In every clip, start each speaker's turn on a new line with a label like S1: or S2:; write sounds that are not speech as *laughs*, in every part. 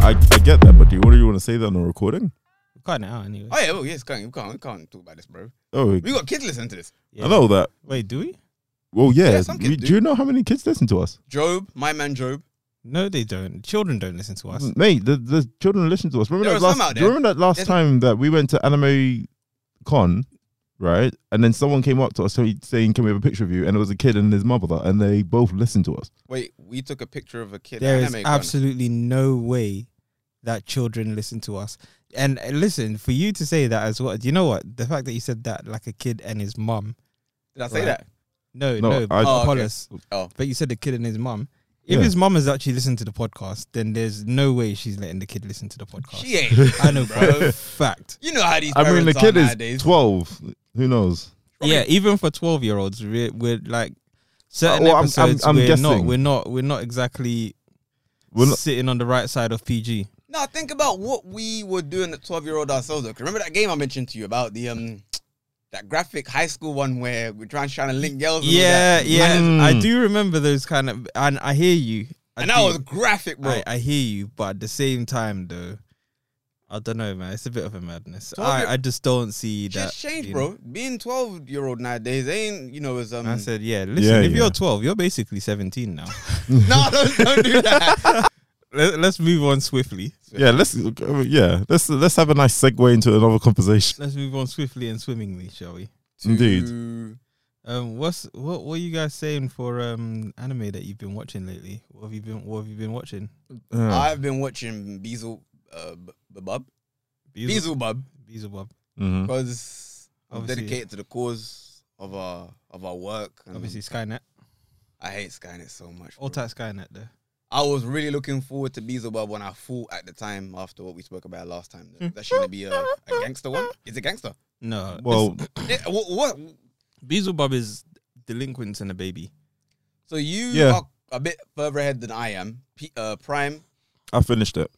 S1: I, I get that, but do you, what do you want to say that on the recording?
S2: Cut it out anyway.
S3: Oh yeah, well yes, can't we can't we can't talk about this, bro.
S1: Oh,
S3: We got kids listening to this.
S2: Yeah.
S1: I know that.
S2: Wait, do we?
S1: Well, yeah.
S3: Yeah, some kids
S1: we,
S3: do.
S1: do you know how many kids listen to us?
S3: Job, my man Job.
S2: No, they don't. Children don't listen to us.
S1: Mm, Mate, the, the children listen to us. Remember
S3: There
S1: that
S3: are some
S1: last,
S3: out
S1: do you
S3: there.
S1: remember that last
S3: There's-
S1: time that we went to Anime Con, right? And then someone came up to us say- saying, Can we have a picture of you? And it was a kid and his mother, and they both listened to us.
S3: Wait, we took a picture of a kid.
S2: There is
S3: anime gun.
S2: absolutely no way that children listen to us. And uh, listen, for you to say that as well, do you know what? The fact that you said that like a kid and his mum.
S3: Did I say
S2: Right.
S3: that?
S2: No,
S1: No,
S2: no,
S1: I-
S2: but
S3: Oh, okay.
S2: Apollos.
S3: Oh.
S2: But you said the kid and his mum. If
S1: Yeah.
S2: his mum has actually listened to the podcast, then there's no way she's letting the kid listen to the podcast.
S3: She ain't. *laughs*
S2: I know for a fact.
S3: You know how these
S1: I
S3: parents
S1: mean, the
S3: are
S1: kid is
S3: nowadays.
S1: 12. Who knows?
S2: Yeah, even for twelve year olds, we're, we're like certain
S1: Uh, well, I'm- I'm-
S2: episodes.
S1: I'm
S2: we're not.
S1: guessing.
S2: We're not. We're not exactly
S1: We're not-
S2: sitting on the right side of PG.
S3: Now think about what we were doing at twelve year old ourselves. Though. 'Cause Remember that game I mentioned to you about the um that graphic high school one where we're trying trying to link girls. And all
S2: Yeah,
S3: that?
S2: yeah.
S1: Mm.
S2: I do remember those kind of, and I hear you. I
S3: And that
S2: do.
S3: was graphic, bro.
S2: I, I hear you, but at the same time, though, I don't know, man. It's a bit of a madness.
S3: Twelve
S2: I,
S3: year-
S2: I just don't see that.
S3: Shit's changed,
S2: you know.
S3: bro. Being twelve year old nowadays ain't you know as um. *laughs*
S2: I said, yeah. Listen,
S1: Mm. Yeah,
S2: if
S1: yeah.
S2: you're 12, you're basically 17
S1: *laughs*
S2: now.
S3: no, don't, don't do that.
S2: Let, let's move on swiftly.
S1: Yeah, let's yeah let's let's have a nice segue into another conversation.
S2: Let's move on swiftly and swimmingly, shall we?
S1: Indeed.
S3: To-
S2: Um, what's what? What are you guys saying for um anime that you've been watching lately? What have you been? What have you been watching?
S1: Yeah.
S3: I've been watching Beezle, uh, B- Bub,
S2: Beelze-
S3: Beelzebub,
S2: Beelzebub.
S1: Mhm.
S3: because I'm
S2: Hmm. Obviously.
S3: dedicated to the cause of our of our work. and
S2: Obviously, Skynet.
S3: I hate Skynet so much.
S2: All
S3: bro.
S2: type Skynet though.
S3: I was really looking forward to Beelzebub when I thought at the time after what we spoke about last time. that- That's gonna be a, a gangster one. Is it gangster?
S2: No.
S1: Well,
S3: Yeah, what, what?
S2: Beelzebub is delinquents and a *laughs* baby.
S3: So you
S1: Yeah.
S3: are a bit further ahead than I am. P- uh, Prime,
S1: I finished it.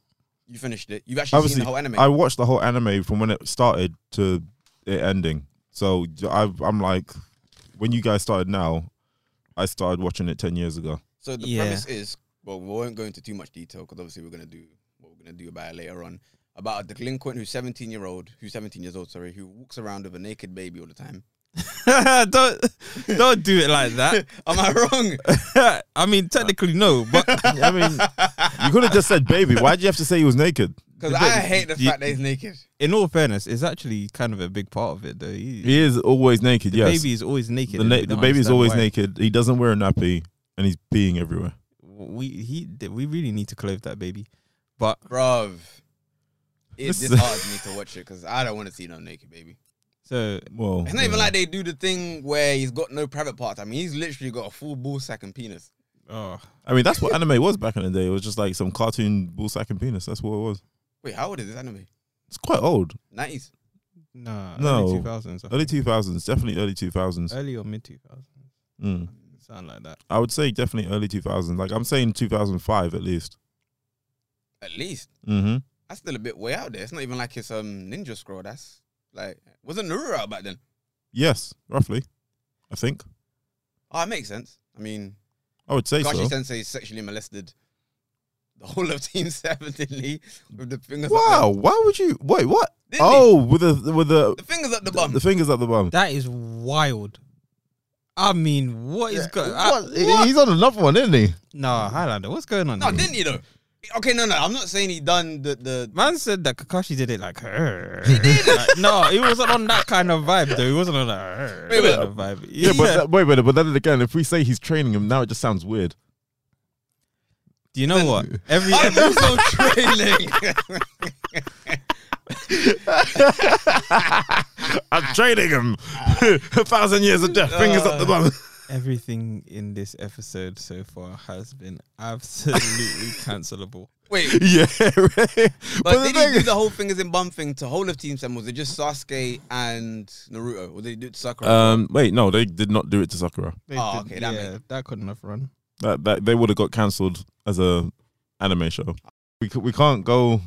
S3: you finished it. You've actually seen
S1: Obviously,
S3: the whole anime.
S1: I watched the whole anime from when it started to it ending. So I, I'm like, when you guys started now, I started watching it ten years ago.
S3: So the
S2: Yeah.
S3: premise is well, we won't go into too much detail because obviously we're gonna do what we're gonna do about it later on. About a delinquent who's seventeen year old, who's seventeen years old, sorry, who walks around with a naked baby all the time. *laughs*
S2: don't don't do it like that. *laughs*
S3: Am I wrong?
S2: I mean, technically no, *laughs* but
S1: I mean, you could have just said baby. Why would you have to say he was naked?
S3: Because
S2: But
S3: I hate the
S2: you-
S3: fact that he's naked.
S2: in all fairness, it's actually kind of a big part of it though. He-
S1: He is always naked.
S2: the
S1: yes,
S2: baby is always naked.
S1: the,
S2: and
S1: na-
S2: we
S1: the
S2: don't
S1: baby is
S2: understand
S1: always
S2: why.
S1: naked. He doesn't wear a nappy, and he's peeing everywhere.
S2: We he we really need to clothe that baby, but
S3: Bruv. It
S1: Listen.
S3: disheartens me to watch it because I don't want to see no naked baby.
S2: so
S1: Well,
S3: It's not even
S1: yeah.
S3: like they do the thing where he's got no private parts. I mean, he's literally got a full ball sack and penis.
S2: oh
S1: I mean, that's what anime was back in the day. It was just like some cartoon bull sack and penis. That's what it was.
S3: Wait, how old is this anime?
S1: It's quite old.
S3: 90s.
S2: nah,
S1: No.
S2: early two thousands,
S1: Early two thousands, definitely early two
S3: Uh,
S1: thousands.
S2: early or mid two thousands,
S1: Mm.
S2: sound like that.
S1: I would say definitely early two thousands. Like I'm saying, two thousand five at least.
S3: At least.
S1: Mm-hmm.
S3: That's still a bit way out there. It's not even like it's um Ninja Scroll. That's like, wasn't Naruto out back then?
S1: Yes, roughly. I think
S3: Oh, it makes sense. I mean,
S1: I would say
S3: Kashi
S1: so.
S3: Sensei sexually molested the whole of *laughs* Team 7, didn't he? With the fingers
S1: Wow,
S3: up
S1: why would you wait? What?
S3: the, didn't
S1: Oh, with the with the
S3: he? The fingers up the
S1: the,
S3: bum.
S1: the fingers up the bum.
S2: That is wild. I mean, what is going?
S1: What? He- He's on another one, isn't he?
S2: Nah, Highlander, what's going on?
S3: no,
S2: here?
S3: didn't he though? Okay, no, no. I'm not saying he done the, the
S2: Man said that Kakashi did it like her. He did. no, he wasn't on that kind of vibe though. He wasn't on that "Arr"
S3: Wait, wait.
S2: kind of vibe.
S1: Yeah, but that, wait, wait, but then again, if we say he's training him now, it just sounds weird.
S2: do you know what? Every
S3: I'm
S2: every,
S3: also training. Ah.
S1: *laughs*
S3: Uh.
S1: I'm training him. a thousand years of death, fingers up the bum.
S2: *laughs*
S1: *laughs*
S2: Everything in this episode so far has been absolutely cancelable.
S1: *laughs*
S3: Wait,
S1: yeah, right.
S3: But
S1: the
S3: did he
S1: thing-
S3: do the whole thing as in bum thing to whole of Team Seven? Was it just Sasuke and Naruto? Or did he do it to Sakura?
S1: Um, wait, no, they did not do it to Sakura.
S2: They
S3: Oh,
S2: did-
S3: okay, that
S2: yeah, that couldn't have run.
S1: That that they would have got cancelled as a anime show. We c- we can't go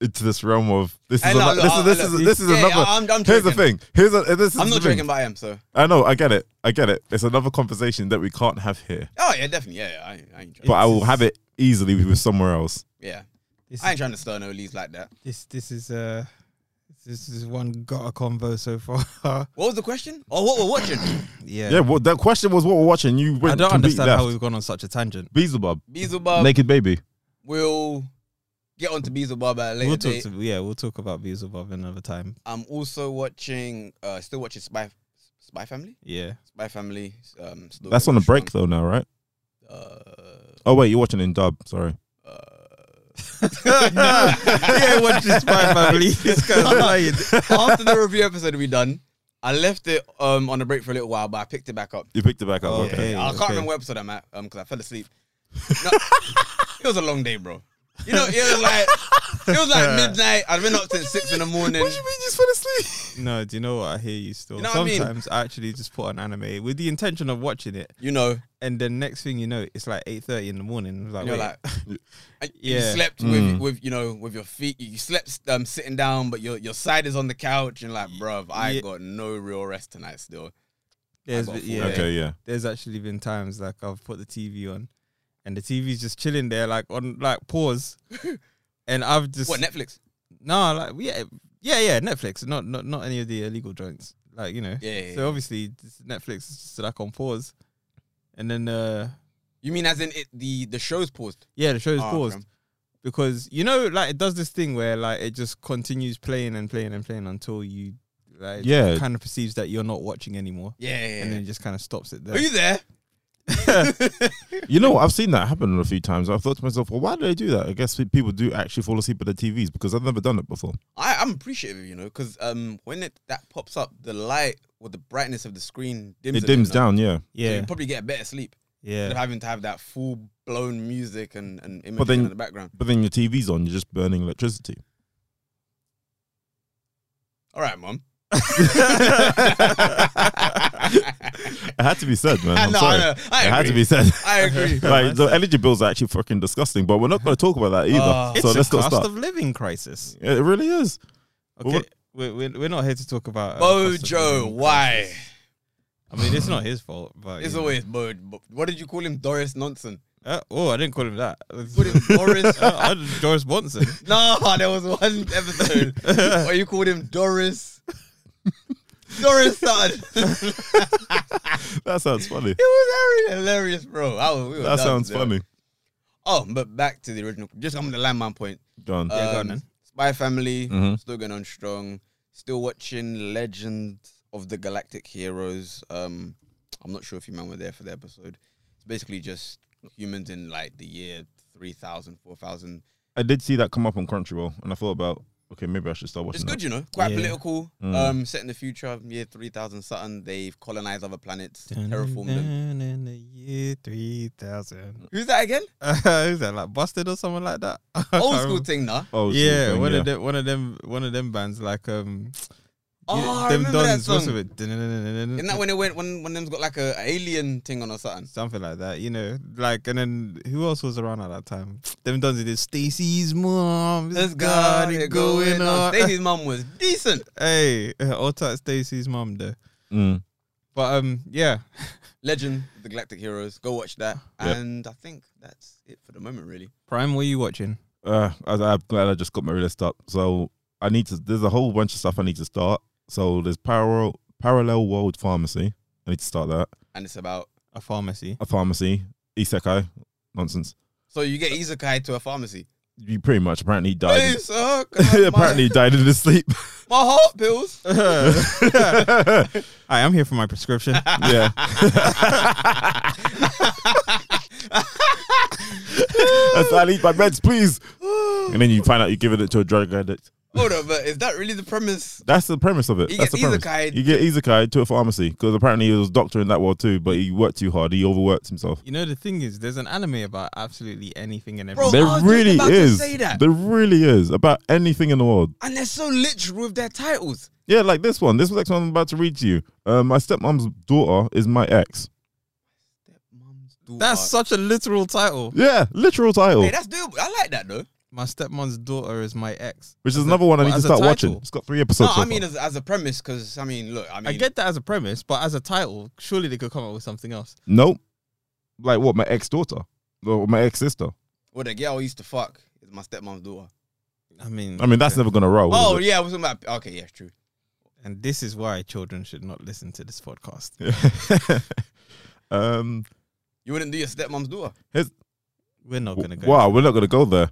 S1: into this realm of this is
S3: Hey, look,
S1: another, this
S3: look,
S1: is this
S3: uh, look,
S1: is this is
S3: yeah,
S1: another.
S3: yeah, I'm, I'm
S1: here's the
S3: joking.
S1: thing. Here's a, this is
S3: I'm
S1: the
S3: not
S1: thing.
S3: joking, but I am. So,
S1: I know. I get it. I get it. It's another conversation that we can't have here,
S3: oh yeah, definitely. Yeah, yeah I, ain't- I ain't trying.
S1: but I will
S2: It's-
S1: have it easily with somewhere else.
S3: yeah,
S2: This,
S3: I ain't trying to stir no leaves like that.
S2: this, this is uh, this is one got a convo so far. *laughs*
S3: What was the question? Oh, what we're watching?
S2: yeah,
S1: Yeah. well, that question was what we're watching. You went
S2: I don't
S1: complete
S2: understand
S1: left.
S2: how we've gone on such a tangent.
S1: Beelzebub,
S3: Beelzebub.
S1: naked baby.
S3: We'll get onto Beelzebub at a later
S2: We'll talk.
S3: date.
S2: To, yeah, we'll talk about Beelzebub another time.
S3: I'm also watching, uh, still watching Spy, Spy Family.
S2: *laughs* Yeah,
S3: Spy Family. Um, still
S1: That's on a
S3: watching
S1: break though now, right?
S3: Uh,
S1: Oh wait, you're watching in dub. Sorry.
S2: *laughs*
S3: uh,
S2: yeah, watch this Spy Family. *laughs* This guy's lying.
S3: *laughs* after the review episode we done, I left it um on a break for a little while, but I picked it back up.
S1: You picked it back up.
S2: Oh,
S1: okay.
S2: yeah.
S3: I can't
S2: okay.
S3: remember what episode I'm at um because I fell asleep. No, *laughs* it was a long day, bro. You know, it was like it was like midnight. I've been up since six in the morning.
S1: What do you mean you just fell asleep?
S2: No, do you know what? I hear you still.
S3: You know what I mean?
S2: Sometimes I, actually just put on anime with the intention of watching it,
S3: You know,
S2: and then next thing you know, it's like eight thirty in the morning. Like,
S3: you're
S2: wait.
S3: *laughs* like, and you
S2: Yeah.
S3: slept
S1: Mm.
S3: with with you know with your feet. You slept um sitting down, but your your side is on the couch, and like, bruv, I
S2: Yeah.
S3: got no real rest tonight. Still,
S2: there's
S3: I got
S2: been-
S3: fooled.
S2: yeah,
S1: Okay, yeah.
S2: there's actually been times like I've put the TV on, and the TV's just chilling there, like on like
S3: *laughs*
S2: pause, and I've just
S3: what Netflix?
S2: no, like yeah, yeah, yeah, Netflix, not not not any of the illegal joints, like you know.
S3: Yeah, yeah,
S2: So
S3: yeah.
S2: obviously this Netflix is just like on pause, and then uh
S3: You mean as in it, the the show's paused?
S2: yeah, the show's
S3: Ah,
S2: paused.
S3: okay.
S2: because you know, like it does this thing where like it just continues playing and playing and playing until you like
S1: Yeah.
S2: kind of perceives that you're not watching anymore,
S3: Yeah, yeah,
S2: and
S3: yeah.
S2: then it just kind of stops it there.
S3: Are you there?
S1: You know, I've seen that happen a few times. I've thought to myself, well, why do they do that? I guess people do actually fall asleep at the TVs because I've never done it before.
S3: I, I'm appreciative, you know, because um, when it, that pops up, the light or the brightness of the screen dims. a
S1: It
S3: bit
S1: dims
S3: now.
S1: down, yeah.
S3: So
S2: yeah,
S3: you probably get better sleep than
S2: yeah.
S3: having to have that full blown music and and image
S1: then-
S3: in the background.
S1: But then your TV's on, you're just burning electricity.
S3: All right, mom.
S1: It had to be said,
S3: *laughs*
S1: man. I'm
S3: no,
S1: sorry.
S3: no, I
S1: it had to
S3: agree.
S1: be said.
S3: I agree.
S1: *laughs* like the energy bills are actually fucking disgusting, but we're not going to talk about that either.
S3: Uh,
S2: It's
S1: so
S2: a
S1: let's not
S2: cost
S1: start.
S2: of living crisis.
S1: Yeah, it really is. Well,
S2: Okay, we're, we're, we're not here to talk about uh, cost of
S3: Bojo,
S2: living
S3: why?
S2: crisis. I mean, it's not his fault, but
S3: It's
S2: you know.
S3: always Bo. Bo- What did you call him? Doris Nonson.
S2: Uh, oh, I didn't call him that. *laughs*
S3: Put him *laughs* Doris.
S2: Uh, I just Doris
S3: *laughs*
S2: Bonson.
S3: No, there was one *laughs* episode where you called him Doris. Doris Sutton. *laughs* it
S1: That sounds funny.
S3: was very hilarious, bro. I was, we were
S1: That
S3: done
S1: sounds
S3: there.
S1: funny.
S3: Oh, but back to the original. Just I'm the landman point.
S1: John.
S3: Um,
S2: go on then.
S3: Spy Family
S1: Mhm.
S3: still going on strong. Still watching Legend of the Galactic Heroes. Um, I'm not sure if you man were there for the episode. It's basically just humans in like the year 3000, 4000.
S1: I did see that come up on Crunchyroll, and I thought about, okay, maybe I should start watching
S3: It's
S1: that.
S3: good, you know. Quite
S2: Yeah.
S3: political.
S1: Mm.
S3: Um, set in the future, year three thousand something. They've colonized other planets, terraformed them.
S2: In the year *laughs* 3000.
S3: Who's that again?
S2: Uh, who's that, like Busted or someone like that? I can't
S3: Old school
S2: remember.
S3: thing, nah.
S1: Oh, it's
S2: Yeah,
S1: something,
S2: one of them, one of them, one of them bands like um, you know,
S3: Oh, I
S2: them
S3: remember that
S2: dons. What's
S3: song.
S2: it? Isn't
S3: Isn't that when it went? When one of them's got like a, a alien thing on or something.
S2: Something like that, you know, like and then who else was around at that time? Them dons they did Stacy's mom.
S3: This guy
S2: it
S3: going on. Stacy's mum was decent.
S2: Hey, *laughs* uh, all type Stacy's mom there.
S1: Mm.
S2: But um, yeah,
S3: Legend, of the Galactic Heroes. Go watch that.
S1: Yep.
S3: And I think that's it for the moment, really.
S2: Prime, what are you watching?
S1: Uh, I, I'm glad I just got my list up. So I need to. There's a whole bunch of stuff I need to start. So there's parallel parallel world pharmacy. I need to start that.
S3: And it's about
S1: *laughs*
S2: A pharmacy.
S1: A pharmacy isekai nonsense.
S3: so you get Izakai to a pharmacy.
S1: You pretty much apparently he died. *laughs*
S3: Please, sir, can I have
S1: apparently he died in his sleep.
S3: my, my heart *gasps* pills.
S2: I am here for my prescription. *laughs*
S1: yeah. That's why I need my meds, please. And then you find out you're giving it to a drug addict.
S3: Hold on, but is that really the premise?
S1: That's the premise of it.
S3: He
S1: That's the
S3: gets
S1: premise.
S3: isekai.
S1: You get isekai to a pharmacy because apparently he was a doctor in that world too, but he worked too hard. He overworked himself.
S2: You know the thing is, there's an anime about absolutely anything and
S3: Bro,
S2: everything.
S1: There
S3: I was just
S1: really
S3: about to
S1: is.
S3: say that.
S1: There really is about anything in the world.
S3: And they're so literal with their titles.
S1: Yeah, like this one. This next one I'm about to read to you. Uh, my stepmom's daughter is my ex.
S3: Stepmom's daughter.
S2: That's such a literal title.
S1: Yeah, literal title,
S3: hey, that's doable. I like that though.
S2: My stepmom's daughter is my ex.
S1: which is another one I
S2: well,
S1: need to
S2: as a
S1: start
S2: title.
S1: watching. It's got three episodes.
S3: no,
S1: so
S3: I mean
S1: far.
S3: as, as a premise, because I mean, look, I mean,
S2: I get that as a premise, but as a title, surely they could come up with something else.
S3: uh,
S1: nope. Like what? My ex daughter or my ex sister.
S3: well, the girl I used to fuck is my stepmom's daughter.
S2: I mean,
S1: I mean, that's never gonna roll.
S3: Oh
S1: is
S3: yeah, I was talking about. Okay, yeah, true.
S2: and this is why children should not listen to this podcast.
S1: it? *laughs* um.
S3: You wouldn't do your stepmom's daughter.
S2: We're not gonna
S1: w-
S2: go.
S1: Wow, we're not gonna go
S3: *laughs*
S1: there.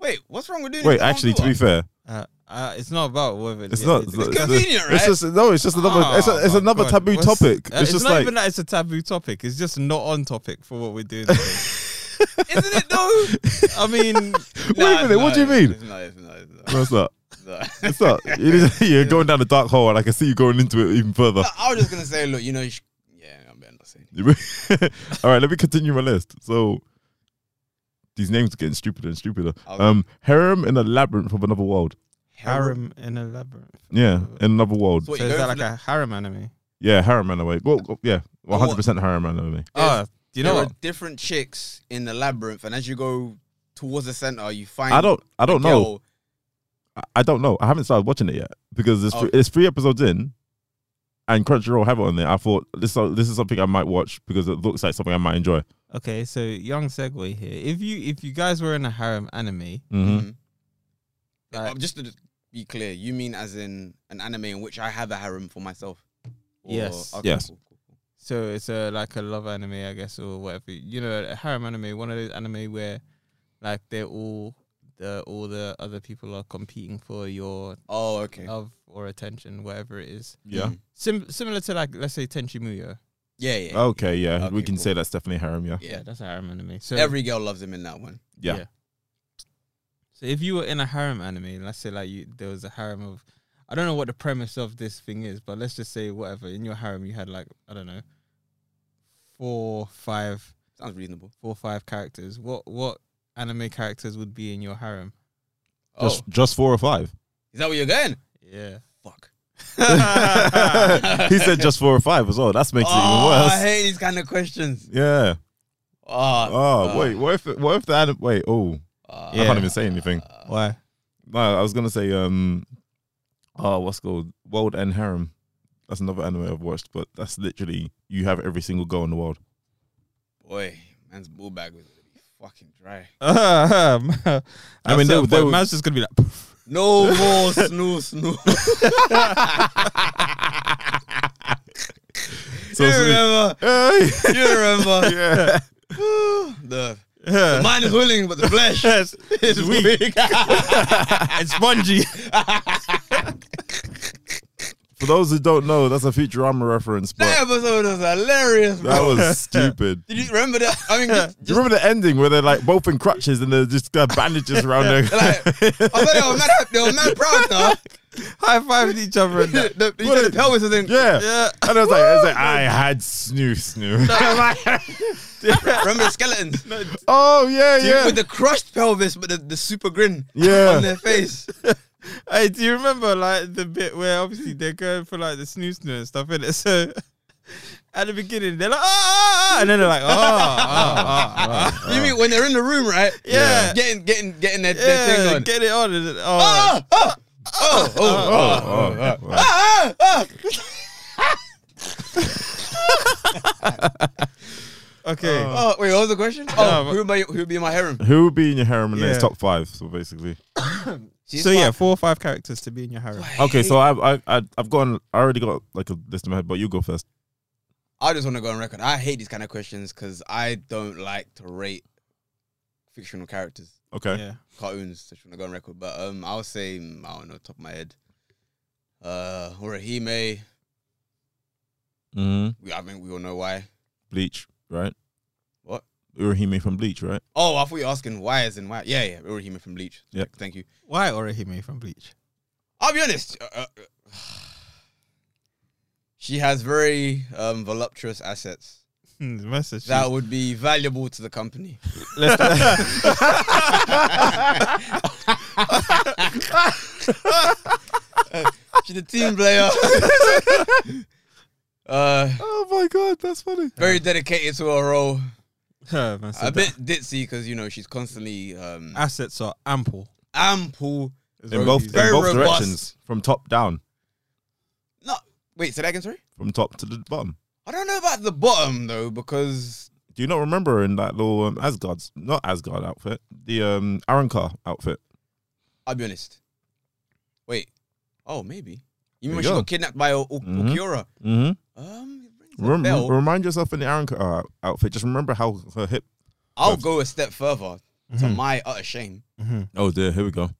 S3: Wait, what's wrong with doing?
S1: Wait,
S3: your stepmom's
S1: actually, to be
S3: daughter?
S1: fair,
S2: Uh, uh, it's not about whether
S1: it's not.
S3: it's convenient,
S1: It's
S3: right?
S1: just no. It's just another. it's a,
S2: Oh,
S1: it's
S2: my
S1: another
S2: God.
S1: taboo
S2: What's-
S1: topic.
S2: uh,
S1: it's just
S2: not
S1: like
S2: even that it's a taboo topic. It's just not on topic for what
S1: *laughs*
S2: we're doing. Today.
S3: *laughs* isn't it though?
S2: I mean,
S1: Wait a minute, what do you mean?
S3: It's not, it's not, it's
S1: *laughs* no, it's
S2: *laughs*
S1: not.
S3: not, it's not. *laughs*
S1: It's not. It *laughs* is- You're going down a dark hole, and I can see you going into it even
S2: *laughs*
S1: further. *laughs*
S3: No, I was just gonna say, look, you know, you sh- yeah, I'm better not saying. it.
S1: All right, let me continue my list. So these names are getting stupider and stupider.
S3: I'll-
S1: Um, harem in a labyrinth of another world.
S2: harem in a labyrinth.
S1: Yeah, in another world.
S3: So wait,
S2: Uh, so
S3: you
S2: is
S3: go
S2: that
S3: for
S2: like
S3: the-
S2: a harem anime?
S1: Yeah, harem anime. Well, oh, yeah, one hundred percent harem anime.
S2: Oh, you know
S3: there
S2: what?
S3: are different chicks in the labyrinth, and as you go towards the center, you find
S1: I don't, I don't know.
S3: girl.
S1: I- I don't know. I haven't started watching it yet because it's
S3: Oh.
S1: three, it's three episodes in, and Crunchyroll have it on there. I thought this so- this is something I might watch because it looks like something I might enjoy.
S2: Okay, so young segue here. If you if you guys were in a harem anime,
S1: hmm
S3: Mhm. Uh,
S2: Like-
S3: just to be clear, you mean as in an anime in which I have a harem for myself?
S2: Yes.
S1: Yes.
S3: cool, cool, cool.
S2: so it's a like a love anime, I guess, or whatever. You know, a harem anime, one of those anime where like they're all the all the other people are competing for your
S3: Oh, okay.
S2: love or attention, whatever it is.
S1: Yeah.
S3: Mhm.
S2: Sim- similar to like let's say Tenchi Muyo.
S3: Yeah, yeah.
S1: Okay. Yeah, we
S3: Okay,
S1: can
S3: cool.
S1: say that's definitely harem. Yeah.
S3: yeah.
S2: that's a harem anime. So
S3: Every girl loves him in that one.
S1: Yeah.
S2: Yeah. So if you were in a harem anime, let's say like you, there was a harem of, I don't know what the premise of this thing is, but let's just say whatever in your harem you had like I don't know, four, five,
S3: Sounds reasonable.
S2: four, five characters. What what anime characters would be in your harem?
S3: Oh,
S1: Just just four or
S3: *laughs*
S1: five.
S3: is that where you're going?
S2: Yeah.
S3: Fuck.
S1: he said just four or five as well. That makes
S3: Oh,
S1: it
S3: I
S1: even worse.
S3: hate these kind of questions.
S1: Yeah.
S3: Oh,
S1: Oh,
S3: uh,
S1: wait. What if? What if the anim- wait? Oh,
S3: uh,
S1: I
S2: Yeah.
S1: can't even say anything.
S2: Why?
S1: No, I was gonna say um, oh, what's it called World and Harem. That's another anime I've watched, but that's literally you have every single girl in the world.
S3: Boy, man's bull bag was gonna be fucking dry.
S2: *laughs* I
S1: I mean, they- they were-
S2: man's just gonna be like, *laughs*
S3: No more snoo snoo. *laughs*
S1: So
S3: you
S1: it's really-
S3: remember?
S1: Hey!
S3: You
S1: *laughs*
S3: remember?
S1: yeah.
S3: *laughs* the, the mind is willing, but the flesh is
S1: *laughs*
S3: weak. *laughs*
S2: it's spongy.
S1: For those who don't know, that's a Futurama reference,
S3: That
S1: but
S3: episode was hilarious, bro.
S1: that
S3: *laughs*
S1: was stupid.
S3: Did you remember that? I mean, just,
S1: Do you remember the ending where they're like both in crutches and they're just got bandages around their
S3: *laughs* like, I thought they were mad, they were mad proud now.
S2: High fived each other. And that.
S3: *laughs* The, the, you said the pelvis is in.
S1: *laughs* yeah.
S2: Yeah.
S1: And I was like, I was like, I had snoo *laughs* snoo.
S3: Remember the skeletons?
S1: oh yeah, yeah.
S3: With the crushed pelvis, but the, the super grin
S1: Yeah.
S3: *laughs* on their face.
S2: Hey, do you remember like the bit where obviously they're going for like the snoo snoo and stuff in it? *laughs* So at the beginning they're like ah, ah, ah," and then they're like oh, *laughs* ah, ah, ah.
S3: You mean when they're in the room, right?
S2: Yeah.
S3: Getting getting getting their, their thing
S2: yeah,
S3: on.
S2: get it on. And then, oh.
S3: oh, oh, oh, oh,
S1: Oh, oh, oh.
S3: ah, ah,
S2: Okay,
S1: Oh.
S3: oh. Wait, what was the question?
S2: Yeah,
S3: Oh,
S2: but-
S3: who would my who would be in my *laughs* harem?
S1: Who would be in your harem in
S2: Yeah.
S1: next top five? So basically,
S3: She's
S2: so yeah,
S3: fucked.
S2: four or five characters to be in your harem.
S1: okay.
S3: *laughs*
S1: So I've I, I, I've gone. I already got like a list in my head, but you go first.
S3: I just want to go on record. I hate these kind of questions because I don't like to rate fictional characters,
S1: Okay.
S2: Yeah,
S3: cartoons. Just want to go on record, but um, I'll say mm, I don't know, top of my head. Uh, Orihime.
S1: Mm-hmm.
S3: We, I think we all know why.
S1: Bleach, right?
S3: What?
S1: Urahime from Bleach, right?
S3: Oh, I thought you were asking why is and why. Yeah, yeah, Orihime from Bleach.
S1: Yep.
S3: Thank you.
S2: why Orihime from Bleach?
S3: I'll be honest. uh, uh, *sighs* she has very um, voluptuous assets
S2: Hmm, the message.
S3: that would be valuable to the company. *laughs* She's a team player. *laughs* uh,
S1: Oh my god, that's funny.
S3: very dedicated to her role.
S2: Her, man, so
S3: a
S2: the Uh,
S3: bit ditzy because you know she's constantly um,
S2: *laughs* assets are ample.
S3: ample.
S1: In both in
S3: Very
S1: both
S3: robust.
S1: directions, from top down,
S3: No, wait, say that again. Sorry,
S1: from top to the bottom.
S3: I don't know about the bottom though because
S1: Do you not remember her in that little um, Asgard's not Asgard outfit, the um Arancar outfit?
S3: I'll be honest. Wait, oh maybe
S1: There
S3: you remember
S1: you
S3: she
S1: go.
S3: got kidnapped by o- o-
S1: Mhm.
S3: Okiura.
S1: Mm-hmm.
S3: Um, it rings a
S1: Rem-
S3: bell.
S1: remind yourself in the Arancar outfit. Just remember how her hip.
S3: I'll go a step further to
S1: Mm-hmm.
S2: Mhm.
S3: my utter shame.
S2: Mhm.
S1: Oh dear, here we go.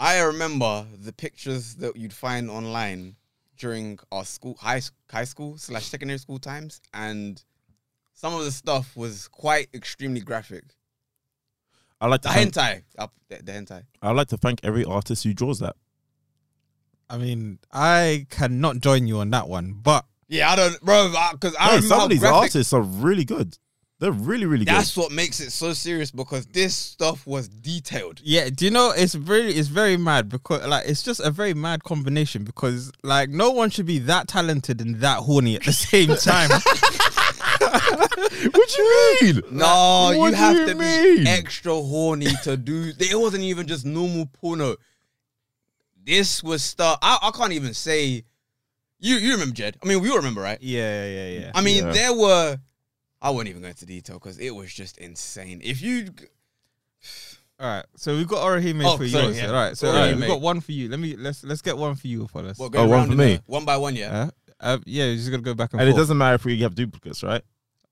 S3: I remember the pictures that you'd find online during our school, high, s- high school slash secondary school times, and some of the stuff was quite extremely graphic.
S1: I like to
S3: The
S1: thank,
S3: hentai, up the, the hentai.
S1: I like to thank every artist who draws that.
S2: I mean, I cannot join you on that one, but
S3: Yeah, I don't, bro, because I,
S1: Hey,
S3: don't know
S1: some
S3: how
S1: of these
S3: graphic.
S1: artists are really good. They're really really good.
S3: That's what makes it so serious because this stuff was detailed.
S2: Yeah, do you know it's really it's very mad because like it's just a very mad combination because like no one should be that talented and that horny at the *laughs* same time.
S1: what you mean?
S3: No,
S1: What
S3: you
S1: do
S3: have
S1: you
S3: to
S1: mean?
S3: be extra horny
S1: *laughs*
S3: to do. It wasn't even just normal porno. This was stuff. I, I can't even say. You you remember Jed? I mean, we all remember, right?
S2: yeah, yeah, yeah.
S3: I mean,
S1: Yeah.
S3: there were. I won't even go into detail because it was just insane. If you,
S2: All right, so we've got Orihime
S3: Oh,
S2: for
S3: sorry,
S2: yours.
S3: yeah.
S2: All right, so
S3: Orihime.
S2: alright, we've got one for you. Let me let's let's get one for you for us.
S3: well,
S1: Oh,
S3: go
S1: one
S3: round
S1: for
S3: in
S1: me.
S3: a- one by one, yeah.
S2: Uh, uh, yeah, you're just gonna go back and,
S1: And it
S2: forth.
S1: doesn't matter if we have duplicates, right?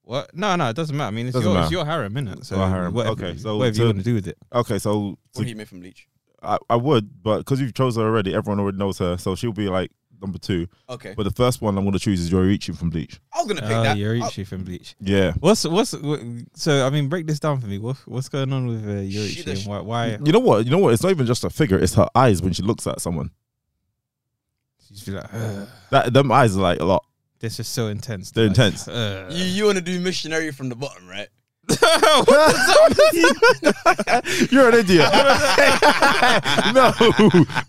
S2: What? No, no, it doesn't matter. I mean, it's
S1: Doesn't
S2: your it's
S1: matter.
S2: your harem, innit? So
S1: Our harem.
S2: whatever,
S1: Okay, so
S2: whatever you
S1: to-
S2: want to do
S1: *laughs*
S2: with it.
S1: Okay, so
S3: What
S1: to
S3: do you mean from Leech?
S1: I, I would, but because you've chosen her already, everyone already knows her, so she'll be like number two.
S3: Okay,
S1: But Uh, the first one I'm gonna choose is Yorichi from Bleach.
S3: I was gonna pick
S2: Oh,
S3: that. I-
S2: Yorichi from Bleach.
S1: Yeah,
S2: What's what's what, so? I mean, break this down for me. What what's going on with uh, Yorichi?
S3: the
S2: and
S3: sh-
S2: why? why
S1: you know what? You know what? It's not even just her figure; it's her eyes when she looks at someone.
S2: she's like, "Ugh."
S1: That them eyes are like a lot.
S2: This is so intense.
S1: They're
S2: Like,
S1: intense.
S2: uh,
S3: you you wanna do missionary from the bottom, right?
S1: *laughs*
S3: *laughs*
S1: You're an idiot. *laughs* no,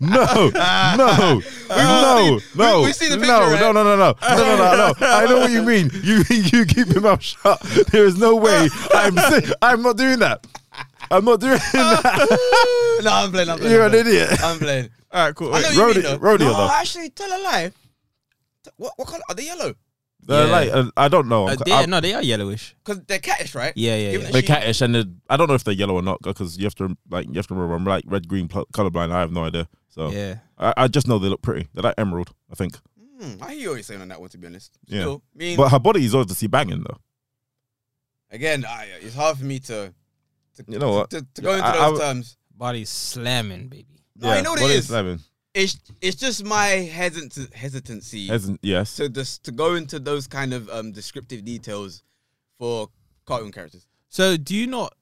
S1: no, no, no, no.
S3: we- we see the picture,
S1: no,
S3: right?
S1: no, no, no, no, no, no, no, no. I know what you mean. You *laughs* you keep your mouth shut. There is no way. I'm si- I'm not doing that. I'm not doing *laughs* that.
S3: no, I'm playing. I'm playing.
S1: You're
S3: I'm
S1: an
S3: playing.
S1: idiot.
S3: I'm playing.
S2: All right, cool.
S3: I
S2: Wait,
S3: know
S1: Wait,
S3: you
S1: rodeo-
S3: mean though.
S1: rodeo
S3: no,
S1: though.
S3: actually, tell a lie. T- What, what color are they? Yellow?
S1: They're
S2: Yeah.
S1: like uh, I don't know.
S2: uh,
S1: I'm,
S2: they,
S1: I'm,
S2: no, they are yellowish.
S3: Because they're cattish, right?
S2: Yeah, yeah,
S3: Given
S2: yeah.
S3: that
S1: they're
S3: she-
S1: cattish and they're, I don't know if they're yellow or not because you have to like you have to remember I'm like red green pl- colorblind. I have no idea. So
S2: Yeah.
S1: I, I just know they look pretty. They're like emerald, I think.
S3: Hmm, I hear you always saying on that one. To be honest,
S1: Yeah.
S3: Still, mean,
S1: But her body is obviously banging though.
S3: again, I, it's hard for me to, to
S1: You know what?
S3: to, to go into
S1: I- I
S3: those
S1: w-
S3: terms.
S2: Body's slamming, baby.
S3: No, I know what it
S1: body
S3: is.
S1: slamming.
S3: It's it's just my hesitant hesitancy
S1: Hasn't yes.
S3: to just to go into those kind of um descriptive details for cartoon characters.
S2: So do you not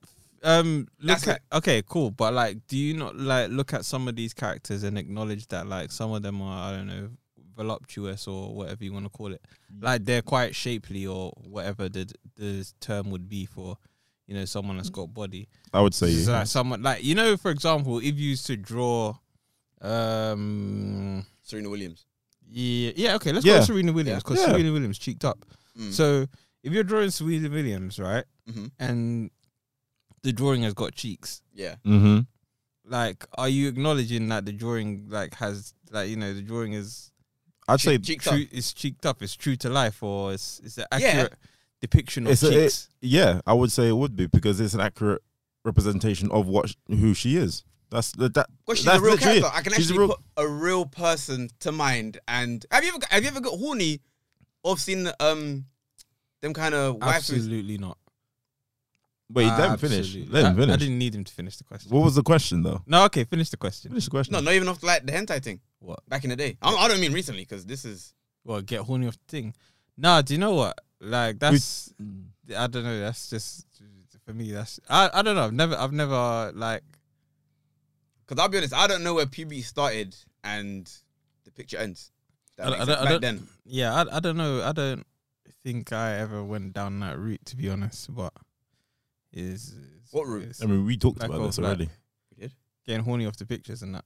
S2: um look
S3: That's
S2: at okay, cool, but like do you not like look at some of these characters and acknowledge that like some of them are I don't know voluptuous or whatever you want to call it. Like they're quite shapely or whatever the the term would be for you know someone that's got body.
S1: I would say
S2: So
S1: yeah.
S2: like someone like you know for example if you used to draw um
S3: Serena Williams.
S2: Yeah, yeah. Okay, let's go
S1: Yeah.
S2: with Serena Williams because
S1: Yeah.
S2: Serena Williams cheeked up.
S3: Mm.
S2: So if you're drawing Serena Williams, right,
S3: Mhm.
S2: and the drawing has got cheeks,
S3: Yeah.
S1: Mm-hmm.
S2: like, are you acknowledging that the drawing, like, has like you know the drawing is
S1: I'd say
S3: Cheeks up.
S2: true, it's cheeked up, it's true to life, or it's it's an accurate depiction of
S1: it's a,
S2: cheeks.
S1: it, yeah. I would say it would be because it's an accurate representation of what sh- who she is. That's that. that
S3: Because she's
S1: that's
S3: a real
S1: literally it.
S3: character. I can
S1: She's a
S3: actually
S1: real-
S3: put a real person to mind. And have you ever have you ever got horny or seen um them kind of waifus?
S2: Absolutely not.
S1: Wait, let him finish.
S2: Absolutely.
S1: Let
S2: I,
S1: him
S2: I
S1: finish.
S2: didn't need him to finish the question.
S1: What was the question though?
S2: No, okay, finish the question.
S1: Finish the question.
S3: No, not even off like the hentai thing.
S2: What?
S3: Back in the day. I'm, I don't mean recently because this is
S2: Well, get horny off the thing. Nah, do you know what? Like that's I don't know. That's just for me. That's I. I don't know. I've never. I've never like.
S3: Because I'll be honest, I don't know where puberty started and the picture ends. That
S2: I-
S3: makes
S2: I
S3: sense.
S2: don't- I
S3: Back
S2: don't-
S3: then,
S2: Yeah, I, I don't know. I don't think I ever went down that route to be honest. But is
S3: What route?
S1: I mean, we talked
S2: Black
S1: about
S2: or
S1: this
S2: black.
S1: already.
S3: we did.
S2: getting horny off the pictures and that.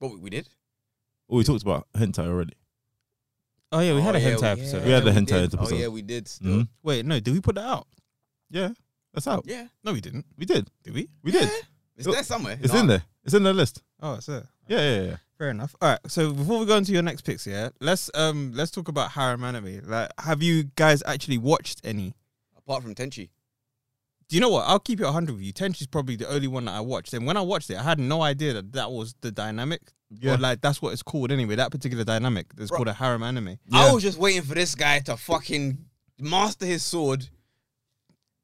S3: But we- we did.
S1: Oh, we talked about hentai already.
S2: Oh yeah, we had
S3: Oh,
S2: a
S3: yeah,
S2: hentai
S3: yeah,
S2: episode. Mm-hmm.
S1: We had the
S3: we
S1: hentai
S3: did.
S1: episode.
S3: Oh yeah, we did. Still.
S1: hmm
S2: Wait, no, did we put that out?
S1: Yeah, that's out.
S3: Yeah,
S2: No, we didn't.
S1: We did.
S2: Did we?
S1: We did.
S3: Yeah. it's
S1: Look,
S3: there somewhere.
S1: It's
S3: No,
S1: in there. It's in the list.
S2: Oh, it's there.
S1: Yeah, yeah, yeah.
S2: Fair enough. All right. So before we go into your next picks, yeah, let's um let's talk about harem anime. Like, have you guys actually watched any?
S3: Apart from Tenchi,
S2: Do you know what? I'll keep it 100 with you. Tenchi's probably the only one that I watched. And when I watched it, I had no idea that that was the dynamic.
S1: Yeah.
S2: Or like, that's what it's called anyway. That particular dynamic is
S3: Bro.
S2: called a harem anime.
S1: Yeah.
S3: I was just waiting for this guy to fucking master his sword.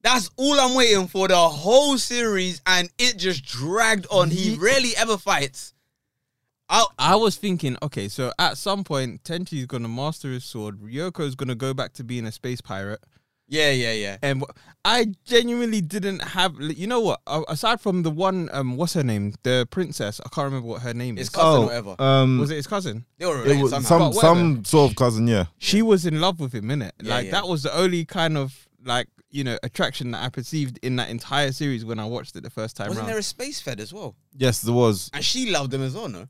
S3: That's all I'm waiting for the whole series, and it just dragged on. He
S2: Ye-
S3: rarely ever fights.
S2: I was thinking, okay, so at some point, Tenchi's going to master his sword. Ryoko's going to go back to being a space pirate.
S3: Yeah, yeah, yeah.
S2: And wh- I genuinely didn't have, you know what? A- Aside from the one, um, what's her name? The princess. I can't remember what her name
S3: It's
S2: is.
S3: cousin, whatever.
S1: um,
S2: was it his cousin?
S3: They were
S1: it
S3: related
S1: was
S3: somehow.
S1: some
S2: But whatever.
S1: some sort of cousin. Yeah,
S2: she was in love with him, innit?
S3: Yeah,
S2: like
S3: yeah.
S2: that was the only kind of like you know attraction that I perceived in that entire series when I watched it the first time
S3: Wasn't
S2: round.
S3: there a space fed as well?
S1: yes, there was.
S3: And she loved him as well, no?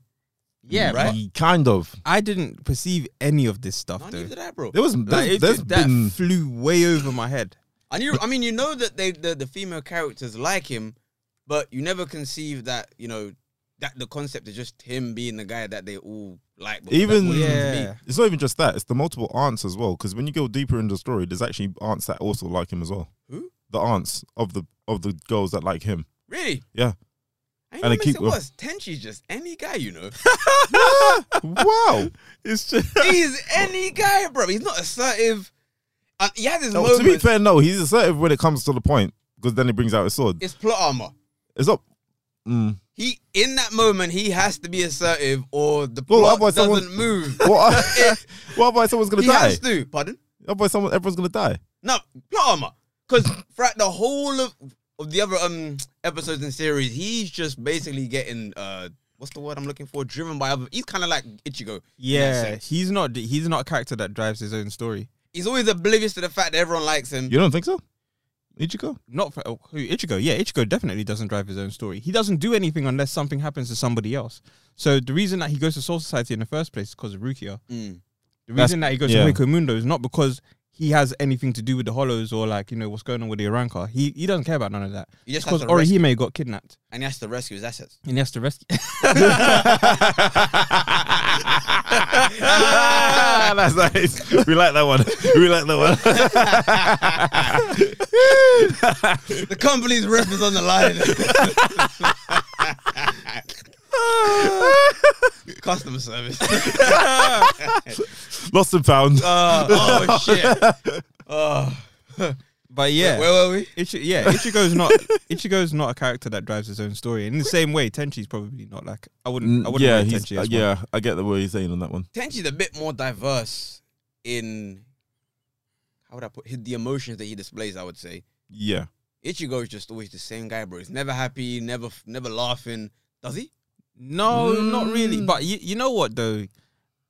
S2: yeah,
S3: Right?
S1: Y- kind of.
S2: I didn't perceive any of this stuff
S3: No,
S2: though.
S3: neither did I, bro.
S1: There was
S2: Like,
S1: there's,
S2: it-
S1: there's
S2: that
S1: been
S2: flew way over my head.
S3: And you, I mean, you know that they the, the female characters like him, but you never conceive that you know that the concept is just him being the guy that they all like. because that's
S1: Even-
S3: what he wants to be.
S2: Yeah,
S1: It's not even just that; it's the multiple aunts as well. Because when you go deeper into the story, there's actually aunts that also like him as well.
S3: Who?
S1: The aunts of the of the girls that like
S2: *laughs*
S1: him.
S3: really,
S1: Yeah.
S3: I
S1: And
S3: and
S1: they
S3: it
S1: keep
S3: it
S1: going.
S3: was Tenchi's just any guy, you know.
S1: wow.
S2: it's just
S1: *laughs*
S3: He's any guy, bro. He's not assertive. Uh, he has his
S1: No,
S3: moments.
S1: to be fair, no, he's assertive when it comes to the point because then he brings out his sword.
S3: it's plot armor.
S1: It's not. Mm.
S3: He in that moment he has to be assertive, or the
S1: Well,
S3: plot
S1: otherwise
S3: doesn't
S1: someone- *laughs*
S3: move.
S1: What? what otherwise someone's gonna
S3: he
S1: die?
S3: has to. Pardon.
S1: Otherwise, someone everyone's gonna die.
S3: No, plot armor. Because throughout the whole of, of the other um episodes and series, he's just basically getting uh what's the word I'm looking for? Driven by other. He's kind of like Ichigo. in that
S2: yeah.
S3: sense.
S2: He's not he's not a character that drives his own story.
S3: He's always oblivious to the fact that everyone likes him.
S1: You don't think so? Ichigo?
S2: Not for oh, who Ichigo. Yeah, Ichigo definitely doesn't drive his own story. He doesn't do anything unless something happens to somebody else. So the reason that he goes to Soul Society in the first place is because of Rukia.
S3: Mm.
S2: The
S1: That's-
S2: reason that he goes
S1: yeah.
S2: to Hueco Mundo is not because he has anything to do with the Hollows or like you know what's going on with the Aranka. He he doesn't care about none of that.
S3: He just has
S2: Because
S3: to rescue,
S2: Orihime got kidnapped
S3: and he has to rescue his assets.
S2: and he has to rescue.
S1: Ah, *laughs* that's nice. We like that one. We like that one. *laughs*
S3: The company's rep is on the line. *laughs* Customer service. *laughs*
S1: Lost and found.
S3: Uh, oh shit. Oh.
S2: but yeah,
S3: Where were we?
S2: Ichi- yeah, Ichigo's not Ichigo's not a character that drives his own story. In the same way, Tenchi's probably not like I wouldn't I wouldn't
S1: yeah,
S2: rate
S1: he's-
S2: Tenchi as
S1: uh, yeah. I get the word you're saying on that one.
S3: Tenchi's a bit more diverse in how would I put his, the emotions that he displays. I would say
S1: Yeah,
S3: Ichigo is just always the same guy, bro. He's never happy, never never laughing. Does he?
S2: No, not really.
S1: Mm.
S2: But you, you know what though,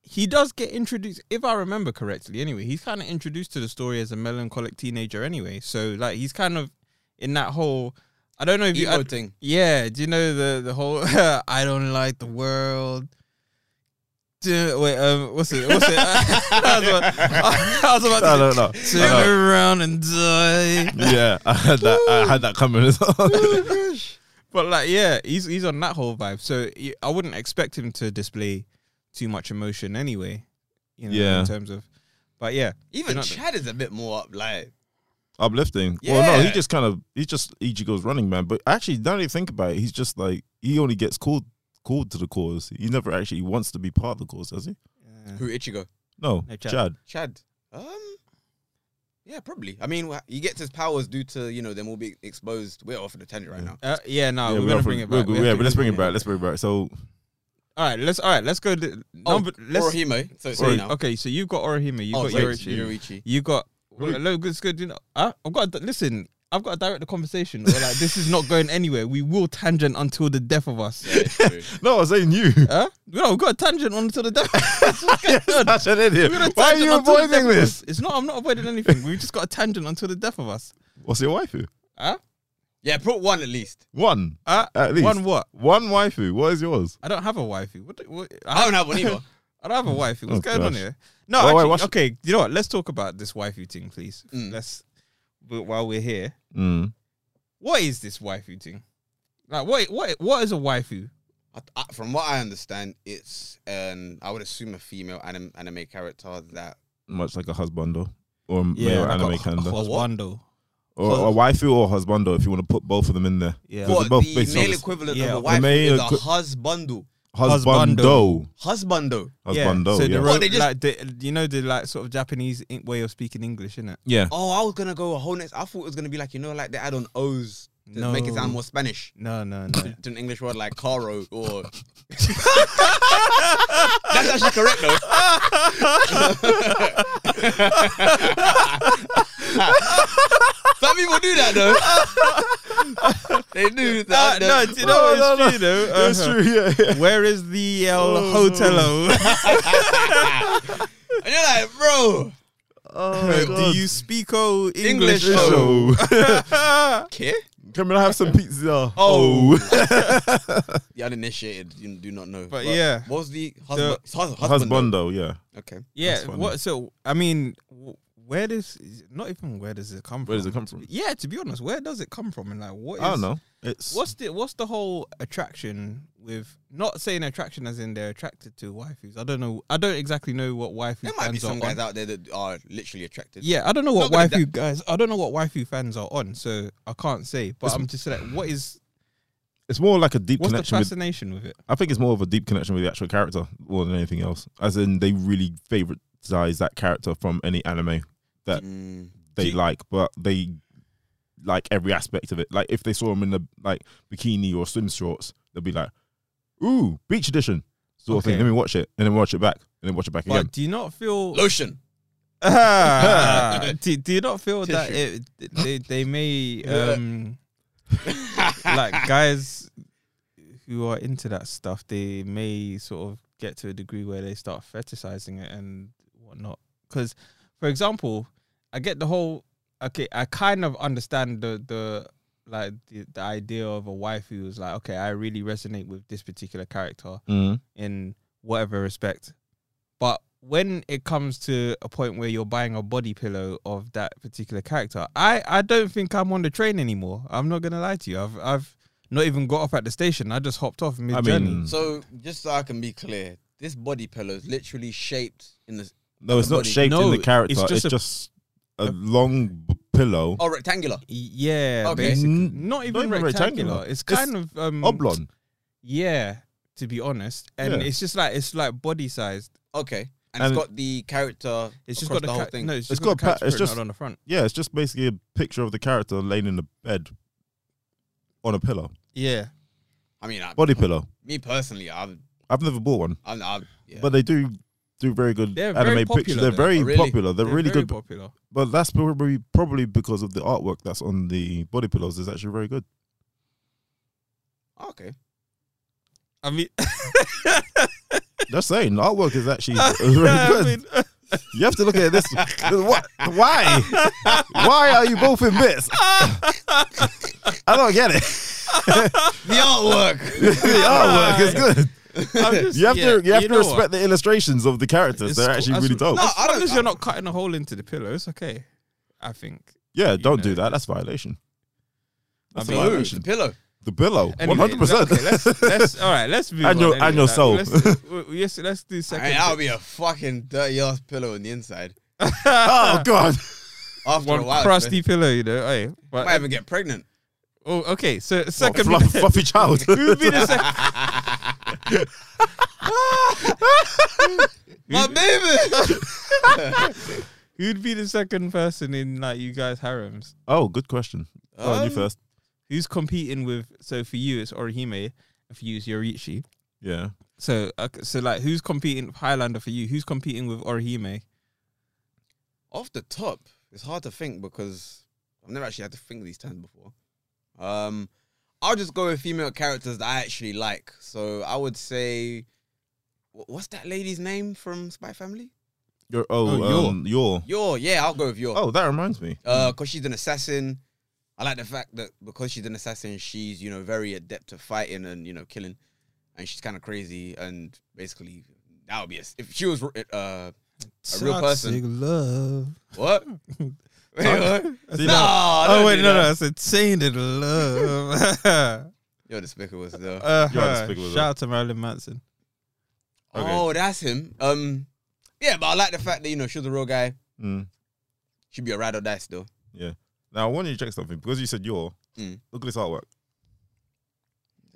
S2: he does get introduced. If I remember correctly, anyway, he's kind of introduced to the story as a melancholic teenager. Anyway, so like he's kind of in that whole. I don't know if you.
S3: Ego
S2: I-
S3: *sniffs* thing.
S2: yeah, do you know the the whole? *laughs* I don't like the world. Do, wait, um, what's it? *laughs* What's it? I, was about, I was about to
S1: I don't know.
S2: turn around and die.
S1: Yeah, I had that. I had that coming as
S2: *laughs*
S1: well.
S2: But like, yeah, he's he's on that whole vibe. So y- I wouldn't expect him to display too much emotion anyway. You know,
S1: Yeah.
S2: in terms of, but yeah,
S3: Even
S2: You're not-
S3: Chad is a bit more up, like
S1: Uplifting. Well, no, he
S3: Yeah.
S1: just kind of he's just Ichigo's running man. But actually, now that you think about it, he's just like he only gets called called to the cause. He never actually wants to be part of the cause, does he?
S3: who Ichigo.
S1: No,
S2: No, Chad.
S1: Chad.
S3: Chad. Um. Yeah, probably. I mean, wha- he gets his powers due to you know them all being exposed. We're off on a tangent right now.
S2: uh, yeah, no,
S1: yeah,
S2: we're
S1: we
S2: gonna
S1: are-
S2: bring it
S1: we're
S2: back.
S1: good.
S2: We have
S1: Yeah,
S2: to
S1: but let's bring it
S2: continue.
S1: back. Let's bring it back. *laughs* So
S2: All right, let's all right, let's go. To,
S3: Oh,
S2: number, let's.
S3: Orihime. So
S2: so-
S3: sorry now.
S2: okay, so you've got Orihime, you've
S3: Oh,
S2: got
S3: sorry,
S2: *laughs* Yorichi,
S3: Yorichi.
S2: you got. Well,
S1: Wait.
S2: look, it's good. You know, uh, I've got. Listen, I've got to direct the conversation. Or like, this is not going anywhere. We will tangent until the death of us.
S3: Yeah, it's true.
S1: No, I was saying you.
S2: Huh? No, we've got a tangent until the death. *laughs* That's what's going on.
S1: *laughs* That's an idiot.
S2: We've got a
S1: Why are
S2: tangent
S1: you
S2: until the
S1: avoiding
S2: death of
S1: this?
S2: us. It's not. I'm not avoiding anything. We've just got a tangent until the death of us.
S1: What's your waifu?
S2: Huh?
S3: yeah, put one at least.
S1: One.
S2: Uh,
S1: At least.
S2: One what?
S1: One waifu. What is yours?
S2: I don't have a wifey. What, do- what,
S3: I don't have one either.
S2: I don't have a wifey. What's
S1: Oh,
S2: going on
S1: gosh.
S2: here? No,
S1: Wait, wait,
S2: actually,
S1: what's-
S2: okay. You know what? Let's talk about this wifey thing, please.
S3: Mm.
S2: Let's w- while we're here.
S1: Mm.
S2: What is this wifey thing? Like, what, what, what is a waifu?
S3: I, I, from what I understand, it's an I would assume a female anim, anime character that
S1: Much like a husbando or a male anime calendar.
S2: Husbando.
S1: Or a waifu or husbando if you want to put both of them in there.
S2: Yeah.
S1: 'Cause
S3: What,
S1: they're both
S3: the
S1: based on
S3: male
S1: this-
S3: equivalent
S2: yeah,
S3: of a wife
S1: male
S3: is a
S1: equi-
S3: husbando.
S1: Husbando.
S3: Husbando.
S1: Husbando,
S2: So
S1: yeah.
S2: the,
S1: Yeah.
S2: ro-
S3: What, they just-
S2: like the, you know the like sort of Japanese in- way of speaking English, innit?
S3: Oh, I was gonna go a whole next. I thought it was gonna be like you know, like they add on O's to
S2: No.
S3: make it sound more Spanish
S2: No, no, *laughs* no.
S3: to an English word like caro or. That's actually correct though. Some people do that though. they do
S2: Uh,
S3: that.
S2: no, do you know
S1: No,
S2: what
S1: no,
S2: it's true
S1: *laughs*
S2: though?
S1: That's
S2: Uh-huh.
S1: true, yeah. yeah.
S2: Where is the uh, El
S1: Oh, no.
S2: Hotelo?
S3: and you're like, bro,
S1: *laughs* Oh,
S2: *laughs* Do you speak oh English?
S3: English,
S2: oh?
S1: so, *laughs*
S3: care?
S1: Can we have some pizza?
S3: Oh. The uninitiated you do not know.
S2: But yeah.
S3: what was the
S2: The-
S3: husband? hus- husband.
S1: Husbando, yeah.
S3: Okay.
S2: yeah.
S1: That's funny.
S2: What? So I mean, w- where does not even where does it come from?
S1: Where does it come from?
S2: Yeah, to be honest, where does it come from? And like, what? Is,
S1: I don't know. It's
S2: What's the what's the whole attraction with not saying attraction as in they're attracted to waifus? I don't know. I don't exactly know what waifu
S3: There
S2: fans
S3: might be
S2: are
S3: some guys
S2: on.
S3: out there that are literally attracted.
S2: yeah, I don't know what
S3: Not gonna
S2: waifu guys. I don't know what waifu fans are on, so I can't say. But I'm just like, what is
S1: it's more like a deep
S2: what's the
S1: connection with
S2: fascination with it?
S1: I think it's more of a deep connection with the actual character more than anything else. As in, they really favoritize that character from any anime that
S3: Mm.
S1: they
S2: Do you-
S1: like, but they like every aspect of it. Like if they saw him in the like bikini or swim shorts, they'll be like, "Ooh, beach edition." Sort of
S2: Okay.
S1: thing. Let me watch it, and then watch it back, and then watch it back again.
S2: But do you not feel
S3: Lotion.
S2: Ah, *laughs* do,
S3: *laughs*
S2: do you not feel that
S3: Tissue.
S2: it, they they may um like guys who are into that stuff they may sort of get to a degree where they start fetishizing it and whatnot because for example I get the whole okay I kind of understand the the like the, the idea of a wife who was like okay I really resonate with this particular character
S1: Mm.
S2: in whatever respect. But when it comes to a point where you're buying a body pillow of that particular character, I, I don't think I'm on the train anymore. I'm not gonna lie to you. I've I've not even got off at the station. I just hopped off mid journey.
S1: mean-
S3: So just so I can be clear, this body pillow is literally shaped in this
S1: No, it's not
S3: Somebody-
S1: shaped
S2: No,
S1: in the character.
S2: it's
S1: It's
S2: just
S1: just,
S2: a-
S1: a, long b- pillow,
S3: oh rectangular.
S2: yeah,
S3: Okay.
S2: basically.
S1: N-
S2: Not even
S1: not even
S2: rectangular.
S1: rectangular.
S2: It's
S1: It's
S2: kind of um,
S1: oblong.
S2: Yeah, to be honest, and
S1: Yeah.
S2: it's just like it's like body sized.
S3: Okay. And,
S1: And-
S3: it's got the character.
S2: It's just
S3: across
S2: got the,
S3: whole
S2: ca-
S3: thing.
S2: No, it's
S1: It's
S2: just got,
S1: got
S2: the
S1: pa-
S2: couch
S1: it's
S2: printout
S1: just-
S2: on the front.
S1: Yeah, it's just basically a picture of the character laying in the bed on a pillow,
S2: Yeah,
S3: I mean, I,
S1: body pillow.
S3: me personally, I've,
S1: I've never bought one.
S3: I'm, I've yeah.
S1: but they do do very good
S2: They're very
S1: anime
S2: popular,
S1: pictures. They're
S2: though.
S1: very
S3: Oh, really?
S1: popular. They're, really
S2: very
S1: good,
S2: popular.
S1: but that's probably probably because of the artwork that's on the body pillows is actually very good.
S2: *laughs*
S3: Oh, okay.
S2: I mean, *laughs*
S1: Just saying, the artwork is
S2: *laughs*
S1: actually *laughs* very
S2: I
S1: good.
S2: mean
S1: you have to look at this. *laughs* What?
S2: *laughs*
S1: Why? Why are you both in bits? I don't get it. *laughs*
S3: The artwork. *laughs*
S1: the artwork is good. *laughs*
S2: I'm just-
S1: You have
S2: yeah,
S1: to you have to
S2: know
S1: respect
S2: what?
S1: the illustrations of the characters.
S2: It's
S1: They're
S2: cool.
S1: actually
S2: That's
S1: really dope.
S2: what-
S3: No, I
S2: As long
S3: don't-
S2: as you're not cutting a hole into the pillow, it's okay. I think.
S1: yeah, don't
S2: know,
S1: do that. That's violation. That's
S3: the,
S1: a
S2: mean,
S3: ooh,
S1: violation.
S3: the pillow.
S1: The pillow,
S2: Anyway,
S1: one hundred percent.
S2: okay, let's, let's all right. Let's move
S1: And
S2: on
S1: your-
S2: anyway,
S1: and your
S2: like,
S1: soul.
S2: Let's, w- w- yes, let's do
S3: I
S2: second.
S3: mean, that'll be a fucking dirty ass pillow on the inside.
S1: *laughs* Oh God.
S3: After
S2: one
S3: a while,
S2: crusty
S3: especially-
S2: pillow, you know. Hey,
S3: I
S2: but
S3: might even get pregnant.
S2: oh, okay. So second,
S1: Fluff- fluffy *laughs* child.
S2: *laughs* who would be the second?
S3: *laughs*
S2: *laughs*
S3: My baby.
S2: Who'd be the second person in like you guys harems?
S1: Oh, good question. oh, you
S3: Um,
S1: first.
S2: Who's competing with? So for you, it's Orihime. For you, it's Yorichi.
S1: Yeah.
S2: So, okay, so like, who's competing with Highlander for you? Who's competing with Orihime?
S3: Off the top, it's hard to think because I've never actually had to think of these terms before. Um, I'll just go with female characters that I actually like. So I would say, wh- what's that lady's name from Spy Family?
S1: Your oh,
S2: Oh,
S1: um, your
S3: Yor. Yeah, I'll go with Yor.
S1: oh, that reminds me.
S3: because she's an assassin. I like the fact that because she's an assassin, she's you know very adept at fighting and you know killing, and she's kind of crazy and basically that would be a, if she was uh A real person.
S2: Toxic Love. *laughs*
S3: what? *laughs* Wait, what?
S1: See, like,
S3: no,
S2: Oh
S3: don't
S2: wait,
S3: do
S2: no,
S3: that.
S2: no, it's a tainted *laughs* love. uh,
S3: You're despicable still.
S1: despicable,
S2: shout out to Marilyn Manson.
S1: okay.
S3: Oh, that's him. Um, yeah, but I like the fact that you know she was a real guy.
S1: mm.
S3: She'd be a ride or die still.
S1: Now I want you to check something because you said your.
S3: Mm.
S1: Look at this artwork,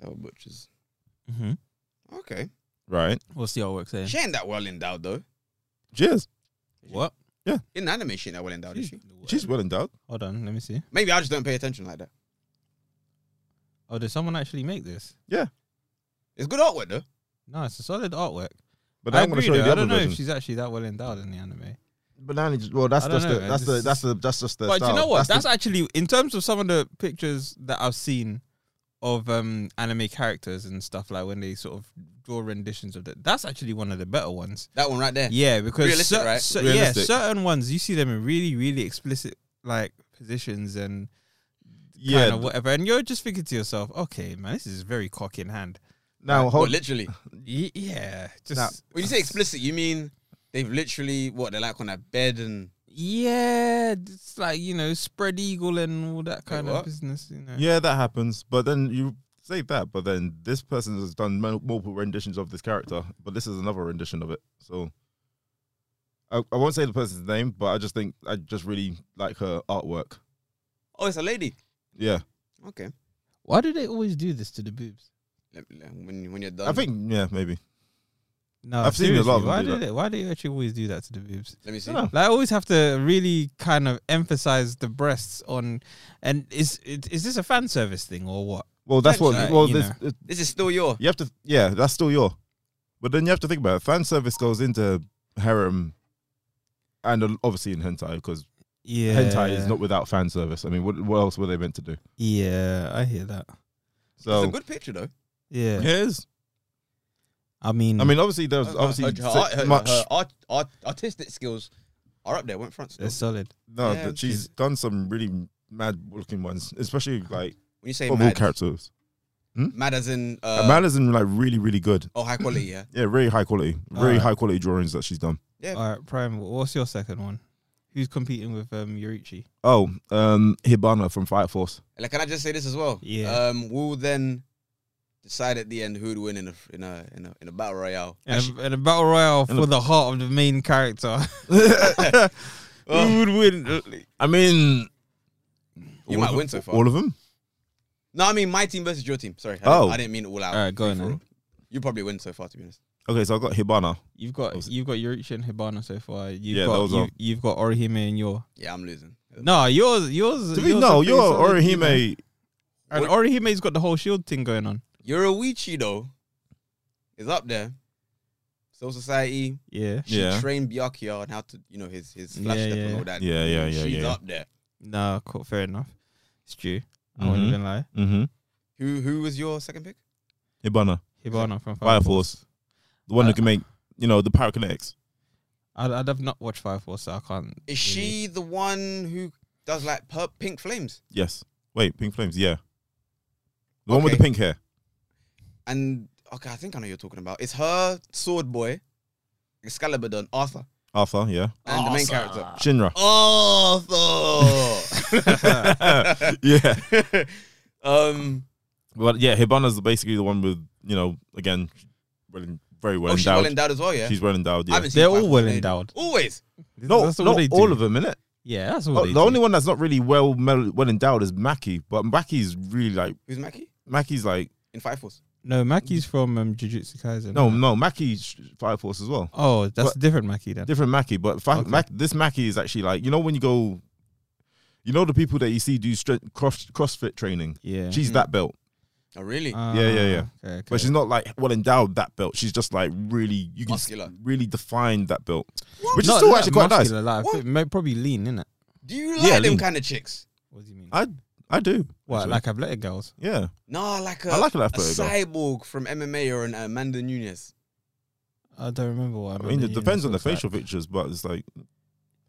S3: Oh, butchers.
S2: Mm-hmm.
S3: Okay,
S1: right?
S2: What's the artwork saying?
S3: she ain't that well endowed though.
S1: Cheers.
S2: What?
S3: In anime, she ain't that well endowed, is she?
S1: She's well endowed.
S2: Hold on, let me see.
S3: Maybe I just don't pay attention like that.
S2: Oh, did someone actually make this?
S3: It's good artwork though.
S2: No, it's a solid artwork.
S1: But
S2: I
S1: I'm going to
S2: agree
S1: show you
S2: though.
S1: the
S2: I
S1: other
S2: don't know
S1: version.
S2: if she's actually that well endowed in the anime.
S1: But now, well, that's
S2: I don't
S1: just
S2: know,
S1: the,
S2: man.
S1: that's the
S2: This
S1: that's the that's just the.
S2: But you know what? That's
S1: the,
S2: actually in terms of some of the pictures that I've seen of um anime characters and stuff like when they sort of draw renditions of that. That's actually one of the better ones.
S3: That one right there.
S2: Yeah, because
S3: Realistic,
S2: cer-
S3: right?
S2: cer-
S1: Realistic.
S2: yeah, certain ones you see them in really, really explicit like positions and
S1: yeah.
S2: kind of whatever, and you're just thinking to yourself, okay, man, this is very cock in hand.
S1: now
S3: Well,
S1: hold.
S3: literally.
S2: Y- yeah, just
S1: Nah.
S3: When you say explicit, you mean they've literally what they're like on a bed and
S2: yeah, it's like you know, spread eagle and all that kind
S3: what?
S2: of business. You know,
S1: Yeah, that happens. But then you say that, but then this person has done mul- multiple renditions of this character, but this is another rendition of it. So I, I won't say the person's name, but I just think I just really like her artwork.
S3: oh, it's a lady.
S1: Yeah,
S3: Okay.
S2: why do they always do this to the boobs?
S3: Let- let- When when you're done,
S1: I think yeah, maybe.
S2: No,
S1: I've seen a lot
S2: seriously,
S1: of them
S2: Why
S1: do
S2: do
S1: that.
S2: they? Why do you actually always do that to the boobs?
S3: Let me see.
S1: I don't know.
S2: Like, I always have to really kind of emphasize the breasts on, and is it, is this a fan service thing or what?
S1: Well, that's what.
S3: Actually,
S1: well,
S2: you
S1: this, it-
S3: This is still your.
S1: you have to. Yeah, that's still your. But then you have to think about it. fan service goes into harem, and uh, obviously in hentai because
S2: Yeah,
S1: hentai is not without fan service. I mean, what what else were they meant to do?
S2: Yeah, I hear that.
S1: So
S3: It's a good picture though.
S2: Yeah,
S1: it is.
S2: I mean,
S1: I mean, obviously, there's obviously
S3: her, her,
S1: so
S3: art- her,
S1: much.
S3: her art, art, artistic skills are up there. Went front. Still.
S2: they're solid.
S1: no,
S3: yeah,
S1: that she's
S3: she's-
S1: done some really mad looking ones, especially like
S3: When you say
S1: of all
S3: mad,
S1: characters.
S3: mad as in uh,
S1: Uh, mad is in like really, really good.
S3: oh high quality. Yeah.
S1: Yeah, really high quality, really
S3: Uh.
S2: Alright.
S1: high quality drawings that she's done.
S3: Yeah.
S2: All right, Prime. What's your second one? Who's competing with um Yurichi?
S1: Oh, um, Hibana from Fire Force. *laughs*
S3: Like, can I just say this as well?
S2: Yeah.
S3: Um, we'll then decide at the end who'd win in a in a in a, in a battle royale. Actually,
S2: And a, and a battle royale
S1: And
S2: for
S1: a-
S2: the heart of the
S1: *laughs*
S2: main character.
S3: *laughs* well,
S2: Who would win?
S1: I mean, all
S3: might
S1: of-
S3: win so far.
S1: All of them.
S3: no, I mean my team versus your team. Sorry. I
S1: Oh.
S3: Didn't, I didn't mean all out.
S2: All right, go on
S3: free for
S1: eh?
S2: then.
S3: all. You probably win so far, to be honest.
S1: Okay, so I got Hibana.
S2: You've got
S1: Obviously.
S2: you've got Yurichi and Hibana so far. You've
S1: Yeah,
S2: got
S1: those
S2: you,
S1: are-
S2: you've got Orihime and your
S3: Yeah, I'm losing.
S2: no yours yours.
S1: To me,
S2: yours
S1: no,
S2: are pretty
S1: you're
S2: solid, you know.
S1: Orihime.
S2: And Orihime's got the whole shield thing going on.
S3: Yoruichi though is up there. Soul Society.
S2: Yeah.
S3: She
S1: Yeah.
S3: trained Byakuya on how to, you know, his his
S2: Yeah,
S3: flash step and
S2: yeah.
S3: all that.
S1: Yeah, yeah, yeah,
S3: She's
S1: yeah.
S3: up there.
S2: Nah, cool, fair enough. It's true. I won't
S1: Mhm.
S2: even lie.
S1: Mm-hmm.
S3: Who who was your second pick?
S1: Hibana,
S2: Hibana from
S1: Fire
S2: Fire Force.
S1: Force, the one who
S2: Uh,
S1: can make you know the pyrokinetics.
S2: I'd, I'd have not watched Fire Force, so I can't.
S3: Is she the one who does like pur- pink flames?
S1: Yes. Wait, Pink Flames. Yeah. The one with the
S3: Okay.
S1: pink hair.
S3: And okay, I think I know who you're talking about. It's her sword boy, Excalibur done, Arthur.
S1: Arthur. Yeah.
S3: And the main character.
S2: *laughs*
S1: Shinra. *laughs*
S3: Arthur
S1: yeah.
S3: *laughs* Um
S1: But yeah, Hibana's basically the one with, you know, again, well, very well
S3: Oh she's
S1: endowed.
S3: well endowed as well, yeah.
S1: She's well endowed,
S3: I
S1: yeah.
S3: haven't seen
S2: They're
S3: Fire
S2: all
S3: Force
S2: well
S3: in ages.
S2: endowed.
S3: Always.
S1: No,
S2: that's
S1: not
S2: what they do.
S1: all of them, innit?
S2: Yeah, that's all
S1: Oh,
S2: they
S1: the
S2: do.
S1: only one that's not really well mel- well endowed is Maki, but Maki's really like
S3: Who's Mackie?
S1: Maki's like
S3: In Fire Force.
S2: No, Maki's from um, Jujutsu Kaisen.
S1: no, no, Maki's Fire Force as well.
S2: Oh, that's
S1: What?
S2: a different Maki then.
S1: Different Maki, but fi-
S2: Okay.
S1: Mak- this Maki is actually like you know when you go, you know the people that you see do strength cross CrossFit training.
S2: Yeah.
S1: She's
S3: Mm-hmm.
S1: that belt,
S3: Oh really?
S2: Ah,
S1: yeah, yeah.
S2: Okay, okay.
S1: but she's not like well endowed that belt. She's just like really you can s-
S3: Muscular.
S1: really define that belt,
S3: What?
S1: which is
S2: Not
S1: still
S2: that
S1: actually quite nice.
S2: muscular, Like,
S3: What?
S2: may- probably lean, innit?
S3: Do you like
S1: Yeah,
S3: them
S1: lean.
S3: kind of chicks?
S2: What do you mean?
S1: I I do.
S2: what
S1: actually.
S2: like athletic girls?
S1: Yeah,
S3: No, like a,
S1: I like a
S3: a
S1: left burger.
S3: cyborg from MMA or an Amanda Nunes.
S2: I don't remember what.
S1: I mean, it depends on the facial
S2: Like.
S1: features, but it's like,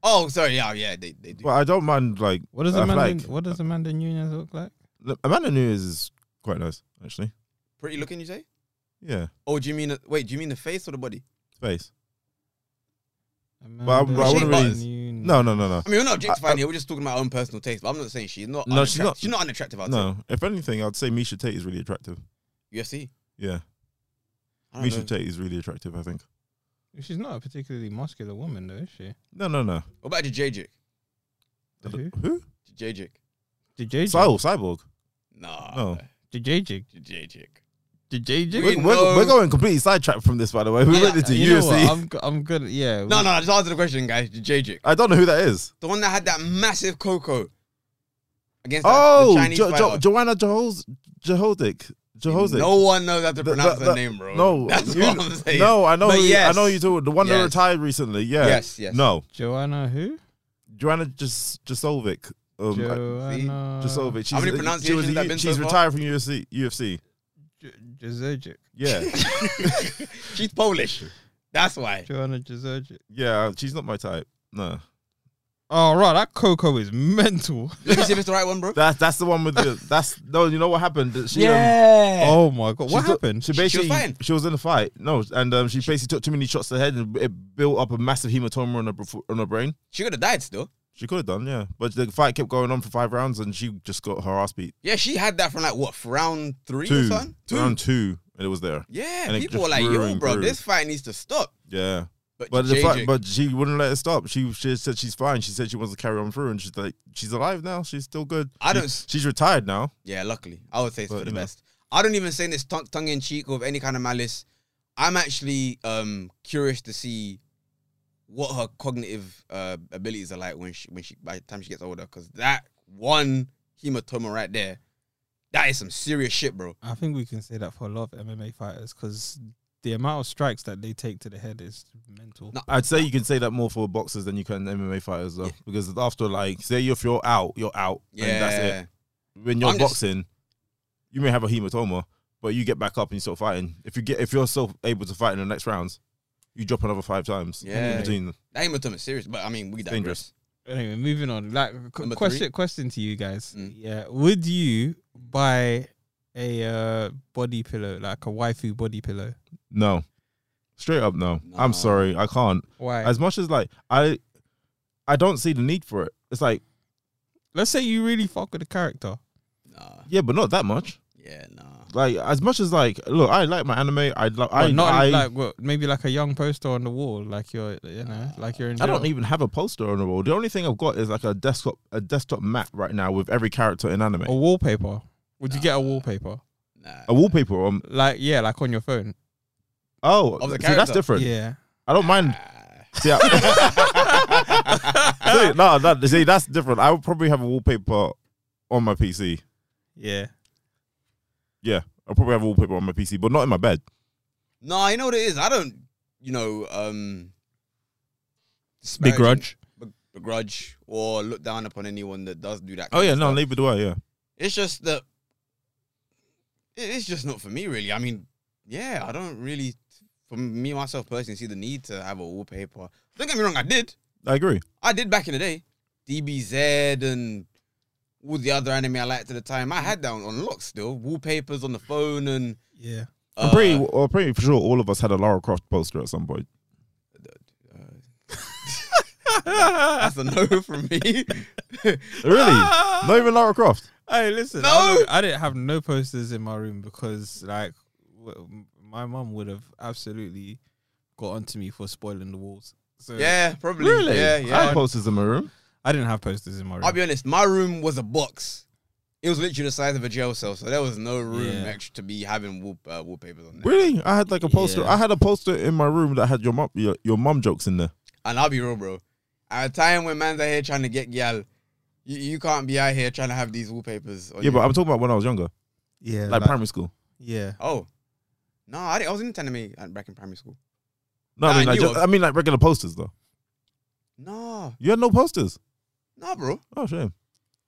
S3: Oh, sorry. Yeah, yeah, they, they do.
S1: but I don't mind like
S2: What does
S1: Uh,
S2: Amanda?
S1: like-
S2: what does Amanda Nunez look like?
S1: look, Amanda Nunes is quite nice actually.
S3: Pretty looking, you say?
S1: Yeah,
S3: Oh, do you mean, wait, do you mean the face or the body?
S1: face.
S2: Amanda
S1: I- but
S3: I wouldn't
S2: Nunes.
S1: No, no, no, no,
S3: I mean, we're not
S1: I-
S3: objectifying here. We're just talking about our own personal taste. But I'm not saying she's not.
S1: No, she's
S3: unattract-
S1: not-
S3: She's not unattractive. I'd
S1: no. If anything, I'd say Misha Tate is really attractive.
S3: say. UFC.
S1: Yeah,
S3: I don't
S1: Misha
S3: know.
S1: Tate is really attractive. I think.
S2: She's not a particularly muscular woman, though, is she?
S1: No, no, no.
S3: What about Jajic?
S2: The who?
S1: Who?
S3: Jajic.
S2: Jajig.
S1: Cyborg. Cyborg.
S3: Nah.
S1: No.
S2: Jajig.
S3: Jajic.
S2: Jajig.
S3: We
S1: We're, we're, we're
S3: know-
S1: going completely sidetracked from this, by the way. We
S3: Yeah,
S1: went into
S2: Uh, You know what?
S1: UFC.
S2: I'm go- I'm good. Yeah.
S3: No, no, just answer the question, guys. Jajic.
S1: I don't know who that is.
S3: The one that had that massive cocoa against that, the
S1: Oh,
S3: Chinese
S1: jo- jo-
S3: fighter.
S1: Joanna Johoz- Johozik. Johozik.
S3: No one knows how to
S1: The-
S3: pronounce
S1: the-
S3: her
S1: the-
S3: name, bro.
S1: no,
S3: *laughs* That's
S1: you-
S3: what I'm saying.
S1: No, I know.
S3: But
S1: Who,
S3: yes.
S1: I know you too. The one that
S3: Yes.
S1: retired recently. Yeah.
S3: Yes, yes.
S1: No,
S2: Joanna who?
S1: Joanna Jas- Jasovic. Um,
S2: Joanna.
S1: Jasovic.
S3: How many
S1: She's-
S3: pronunciations
S1: she was a-
S3: have there been so
S1: She's
S3: far?
S1: retired from UFC. UFC.
S2: J- Jazogic.
S3: *laughs*
S1: Yeah,
S3: She's Polish.
S1: *laughs*
S3: That's why.
S2: Joanna Jezergic.
S1: yeah. uh, She's not my type. No,
S2: Oh right, that cocoa is mental.
S3: Let me see if it's the right one, bro.
S1: that's that's the one with the that's no. You know what happened? She, um,
S3: *laughs* yeah.
S2: Oh my god, what
S1: She took-
S2: happened?
S1: She basically she was,
S3: fine.
S1: in a fight. No, and um, she basically took too many shots to the head and it built up a massive hematoma on her br- on her brain.
S3: She could have died still.
S1: She could have done, yeah, but the fight kept going on for five rounds and she just got her ass beat.
S3: Yeah, she had that from like what round three or
S1: Two,
S3: something.
S1: round two, and it was there.
S3: Yeah,
S1: And it
S3: people
S1: just
S3: were like,
S1: grew
S3: "Yo,
S1: and
S3: bro,
S1: grew.
S3: this fight needs to stop."
S1: Yeah,
S3: But,
S1: but the
S3: JJ,
S1: fight, but she wouldn't let it stop. She, she said she's fine. She said she wants to carry on through, and she's like, she's alive now. She's still good.
S3: I
S1: She-
S3: don't s-
S1: she's retired now.
S3: yeah, luckily, I would say it's
S1: But,
S3: for the
S1: you know.
S3: best. I don't even say this tongue, tongue in cheek or with any kind of malice. I'm actually um curious to see what her cognitive uh, abilities are like when she when she by the time she gets older, because that one hematoma right there, that is some serious shit, bro.
S2: I think we can say that for a lot of MMA fighters because the amount of strikes that they take to the head is mental.
S3: No.
S1: I'd say you can say that more for boxers than you can MMA fighters, though, because after like, say if you're out, you're out,
S3: Yeah,
S1: and that's it. when you're
S3: I'm just-
S1: boxing, you may have a hematoma, but you get back up and you start fighting. If you get if you're still able to fight in the next rounds, you drop another five times.
S3: Yeah.
S1: in between them.
S3: that hematoma is serious. But I mean, we digress.
S1: dangerous.
S2: Anyway, moving on. Like qu-
S3: Number
S2: question,
S3: three.
S2: question to you guys.
S3: Mm.
S2: Yeah, would you buy a uh, body pillow, like a waifu body pillow?
S1: No, straight up, no.
S3: Nah.
S1: I'm sorry, I can't.
S2: Why?
S1: As much as like I, I don't see the need for it. It's like
S2: Let's say you really fuck with the character.
S3: Nah,
S1: yeah, but not that much.
S3: yeah, nah.
S1: Like as much as like look, I like my anime. I like I
S2: I not
S1: I,
S2: like what, maybe like a young poster on the wall, like you're you know, like you're in.
S1: I don't
S2: jail.
S1: even have a poster on the wall. The only thing I've got is like a desktop a desktop map right now with every character in anime.
S2: a
S3: Oh,
S2: wallpaper. Would you get a
S3: Nah.
S2: wallpaper?
S3: Nah.
S1: A wallpaper on
S2: Like yeah, like on your phone.
S1: oh
S3: Of the
S1: see, that's
S3: character.
S1: different.
S2: Yeah.
S1: I don't mind
S3: Ah.
S1: See, I- *laughs* See, no, no, see, that's different. I would probably have a wallpaper on my PC.
S2: Yeah.
S1: Yeah, I'll probably have a wallpaper on my PC, but not in my bed.
S3: No, you know what it is. I don't, you know, um, disparage-
S2: grudge.
S3: beg- begrudge, or look down upon anyone that does do that.
S1: Oh
S3: kind
S1: yeah,
S3: of
S1: no,
S3: stuff.
S1: neither do I. Yeah,
S3: it's just that it- it's just not for me, really. I mean, yeah, I don't really, for me myself personally, see the need to have a wallpaper. Don't get me wrong, I did,
S1: I agree.
S3: I did back in the day, DBZ and all the other anime I liked at the time. I had that on, on lock still, wallpapers on the phone and. uh,
S2: Yeah.
S1: I'm pretty, well, pretty sure all of us had a Lara Croft poster at some point.
S3: That's a no *laughs* from me. *laughs*
S1: Really? Not even Lara Croft.
S2: Hey, listen.
S3: No!
S2: I, don't- I didn't have no posters in my room because, like, w- my mum would have absolutely got onto me for spoiling the walls. So
S3: yeah, probably.
S1: Really?
S3: Yeah,
S1: I
S3: yeah.
S1: had posters in my room.
S2: I didn't have posters in my room.
S3: I'll be honest, my room was a box. It was literally the size of a jail cell, so there was no room
S2: Yeah.
S3: extra to be having wall, uh, wallpapers on there.
S1: Really? I had like a poster.
S2: Yeah.
S1: I had a poster in my room that had your mom, your, your mom jokes in there.
S3: And I'll be real, bro. At a time when man's out here trying to get gal, you, you can't be out here trying to have these wallpapers. On
S1: Yeah, but
S3: your-
S1: I'm talking about when I was younger,
S2: yeah,
S1: like
S2: like-
S1: primary school.
S2: yeah.
S3: oh, no, I, didn't, I was into anime at- back in primary school.
S1: No,
S3: Nah,
S1: I mean,
S3: I
S1: like,
S3: knew
S1: just-
S3: of-
S1: I mean, like regular posters though.
S3: No,
S1: You had no posters.
S3: no, bro.
S1: Oh shame.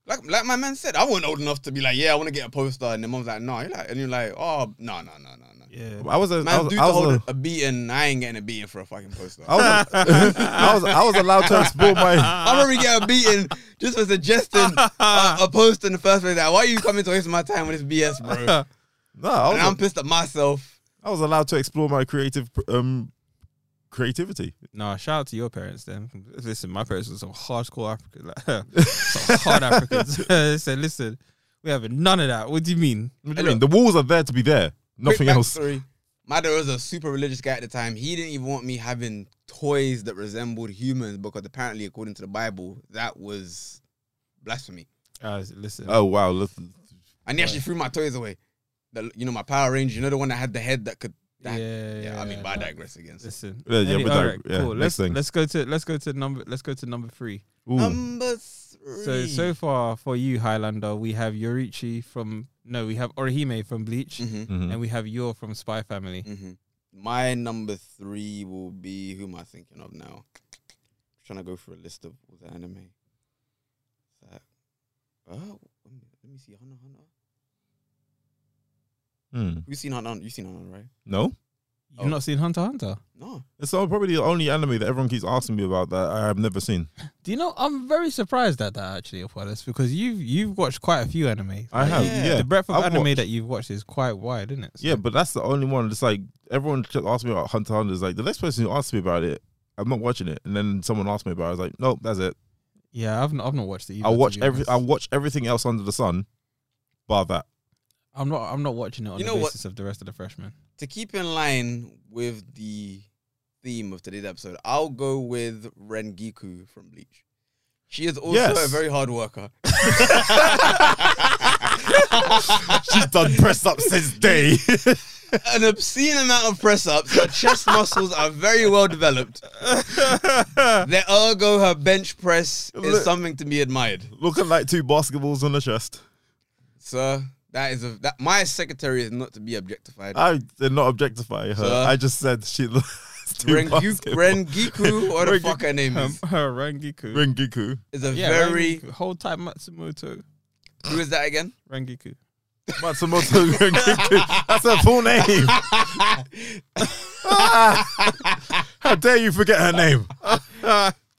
S3: Like like my man said, I wasn't old enough to be like, yeah, I want to get a poster, and the mom's like, no, you're like, and you're like, oh, no, no, no, no, no.
S2: Yeah.
S1: I was a, I
S3: Man,
S1: was,
S3: dude,
S1: I
S3: to hold
S1: was, a,
S3: a, a beating, I ain't getting a beating for a fucking poster.
S1: I was,
S3: *laughs*
S1: a, *laughs* I was, I was allowed to explore my.
S3: I remember getting a beating just for suggesting uh, a, a poster in the first place. Like, why are you coming to waste my time with this BS, bro?
S1: No, I
S3: And
S1: was,
S3: I'm pissed at myself.
S1: I was allowed to explore my creative um creativity.
S2: No, shout out to your parents then. *laughs* Listen, my parents were some hardcore Africans. *laughs*
S1: *laughs*
S2: Like, some hard Africans. *laughs* they said, listen, we have none of that. What do you mean?
S1: What do you mean? The walls are there to be there. Nothing
S3: Quick
S1: else.
S3: backstory. My dad was a super religious guy at the time. He didn't even want me having toys that resembled humans because apparently, according to the Bible, that was blasphemy.
S2: Guys, listen.
S1: *laughs* Oh wow! Listen.
S3: And he actually threw my toys away. The, you know, my Power Ranger, you know, the one that had the head that could.
S2: yeah,
S3: That, yeah, I mean, but I
S2: no.
S3: digress again. so.
S2: Listen.
S1: Yeah, yeah,
S2: Any-
S1: but
S2: all
S1: that-
S2: right,
S1: yeah,
S2: cool.
S1: next
S2: Let's
S1: thing.
S2: let's go to let's go to number let's go to number three.
S1: Ooh.
S3: Number three.
S2: So so far for you, Highlander, we have Yorichi from no, we have Orihime from Bleach,
S3: Mhm.
S1: Mhm.
S2: and we have Yor from Spy Family.
S3: hmm My number three will be who am I thinking of now? trying to go through a list of all the anime. That, oh, let me- let me see. Hunter x Hunter.
S1: Hmm.
S3: You seen Hunter? x Hunter- You seen Hunter, x Hunter, right?
S1: No,
S2: You've
S3: Oh.
S2: not seen Hunter x Hunter.
S3: No.
S1: it's all- probably the only anime that everyone keeps asking me about that I have never seen.
S2: Do you know? I'm very surprised at that actually, Apollos, because you've you've watched quite a few anime.
S1: I have, Oh, yeah.
S2: The breadth of
S1: I've
S2: anime
S1: watched-
S2: that you've watched is quite wide, isn't it? So-
S1: Yeah, but that's the only one. It's like everyone kept asking me about Hunter x Hunter. It's like the next person who asks me about it, I'm not watching it. And then someone asked me about it. I was like, nope, that's it.
S2: yeah. I've not, I've not watched it. Either,
S1: I
S2: to
S1: watch
S2: be
S1: every I
S2: honest.
S1: watch everything else under the sun, bar *laughs* that.
S2: I'm not. I'm not watching it on
S3: You
S2: the
S3: know what?
S2: basis of the rest of the freshmen.
S3: To keep in line with the theme of today's episode, I'll go with Rengiku from Bleach. She is also
S1: Yes.
S3: a very hard worker.
S1: She's done press up since day.
S3: An obscene amount of press ups. Her chest muscles are very well developed. The ergo, her bench press
S1: Look.
S3: is something to be admired,
S1: *laughs* Looking like two basketballs on the chest.
S3: sir. That is a that my secretary is not to be objectified.
S1: I did not objectify her.
S3: Sir.
S2: uh,
S1: I just said she looks two
S3: Rengu,
S1: basketball-
S3: Rengiku, what the
S1: Rengi-
S3: fuck her name
S2: Um,
S3: is,
S2: *laughs* her Rangiku.
S1: Rengiku.
S3: is a
S2: yeah,
S3: very
S2: Rangiku. whole type Matsumoto
S3: who is that again?
S2: Rangiku.
S1: Matsumoto *laughs* Rengiku. That's her full
S2: *laughs*
S1: name. Ah. how dare you forget her name?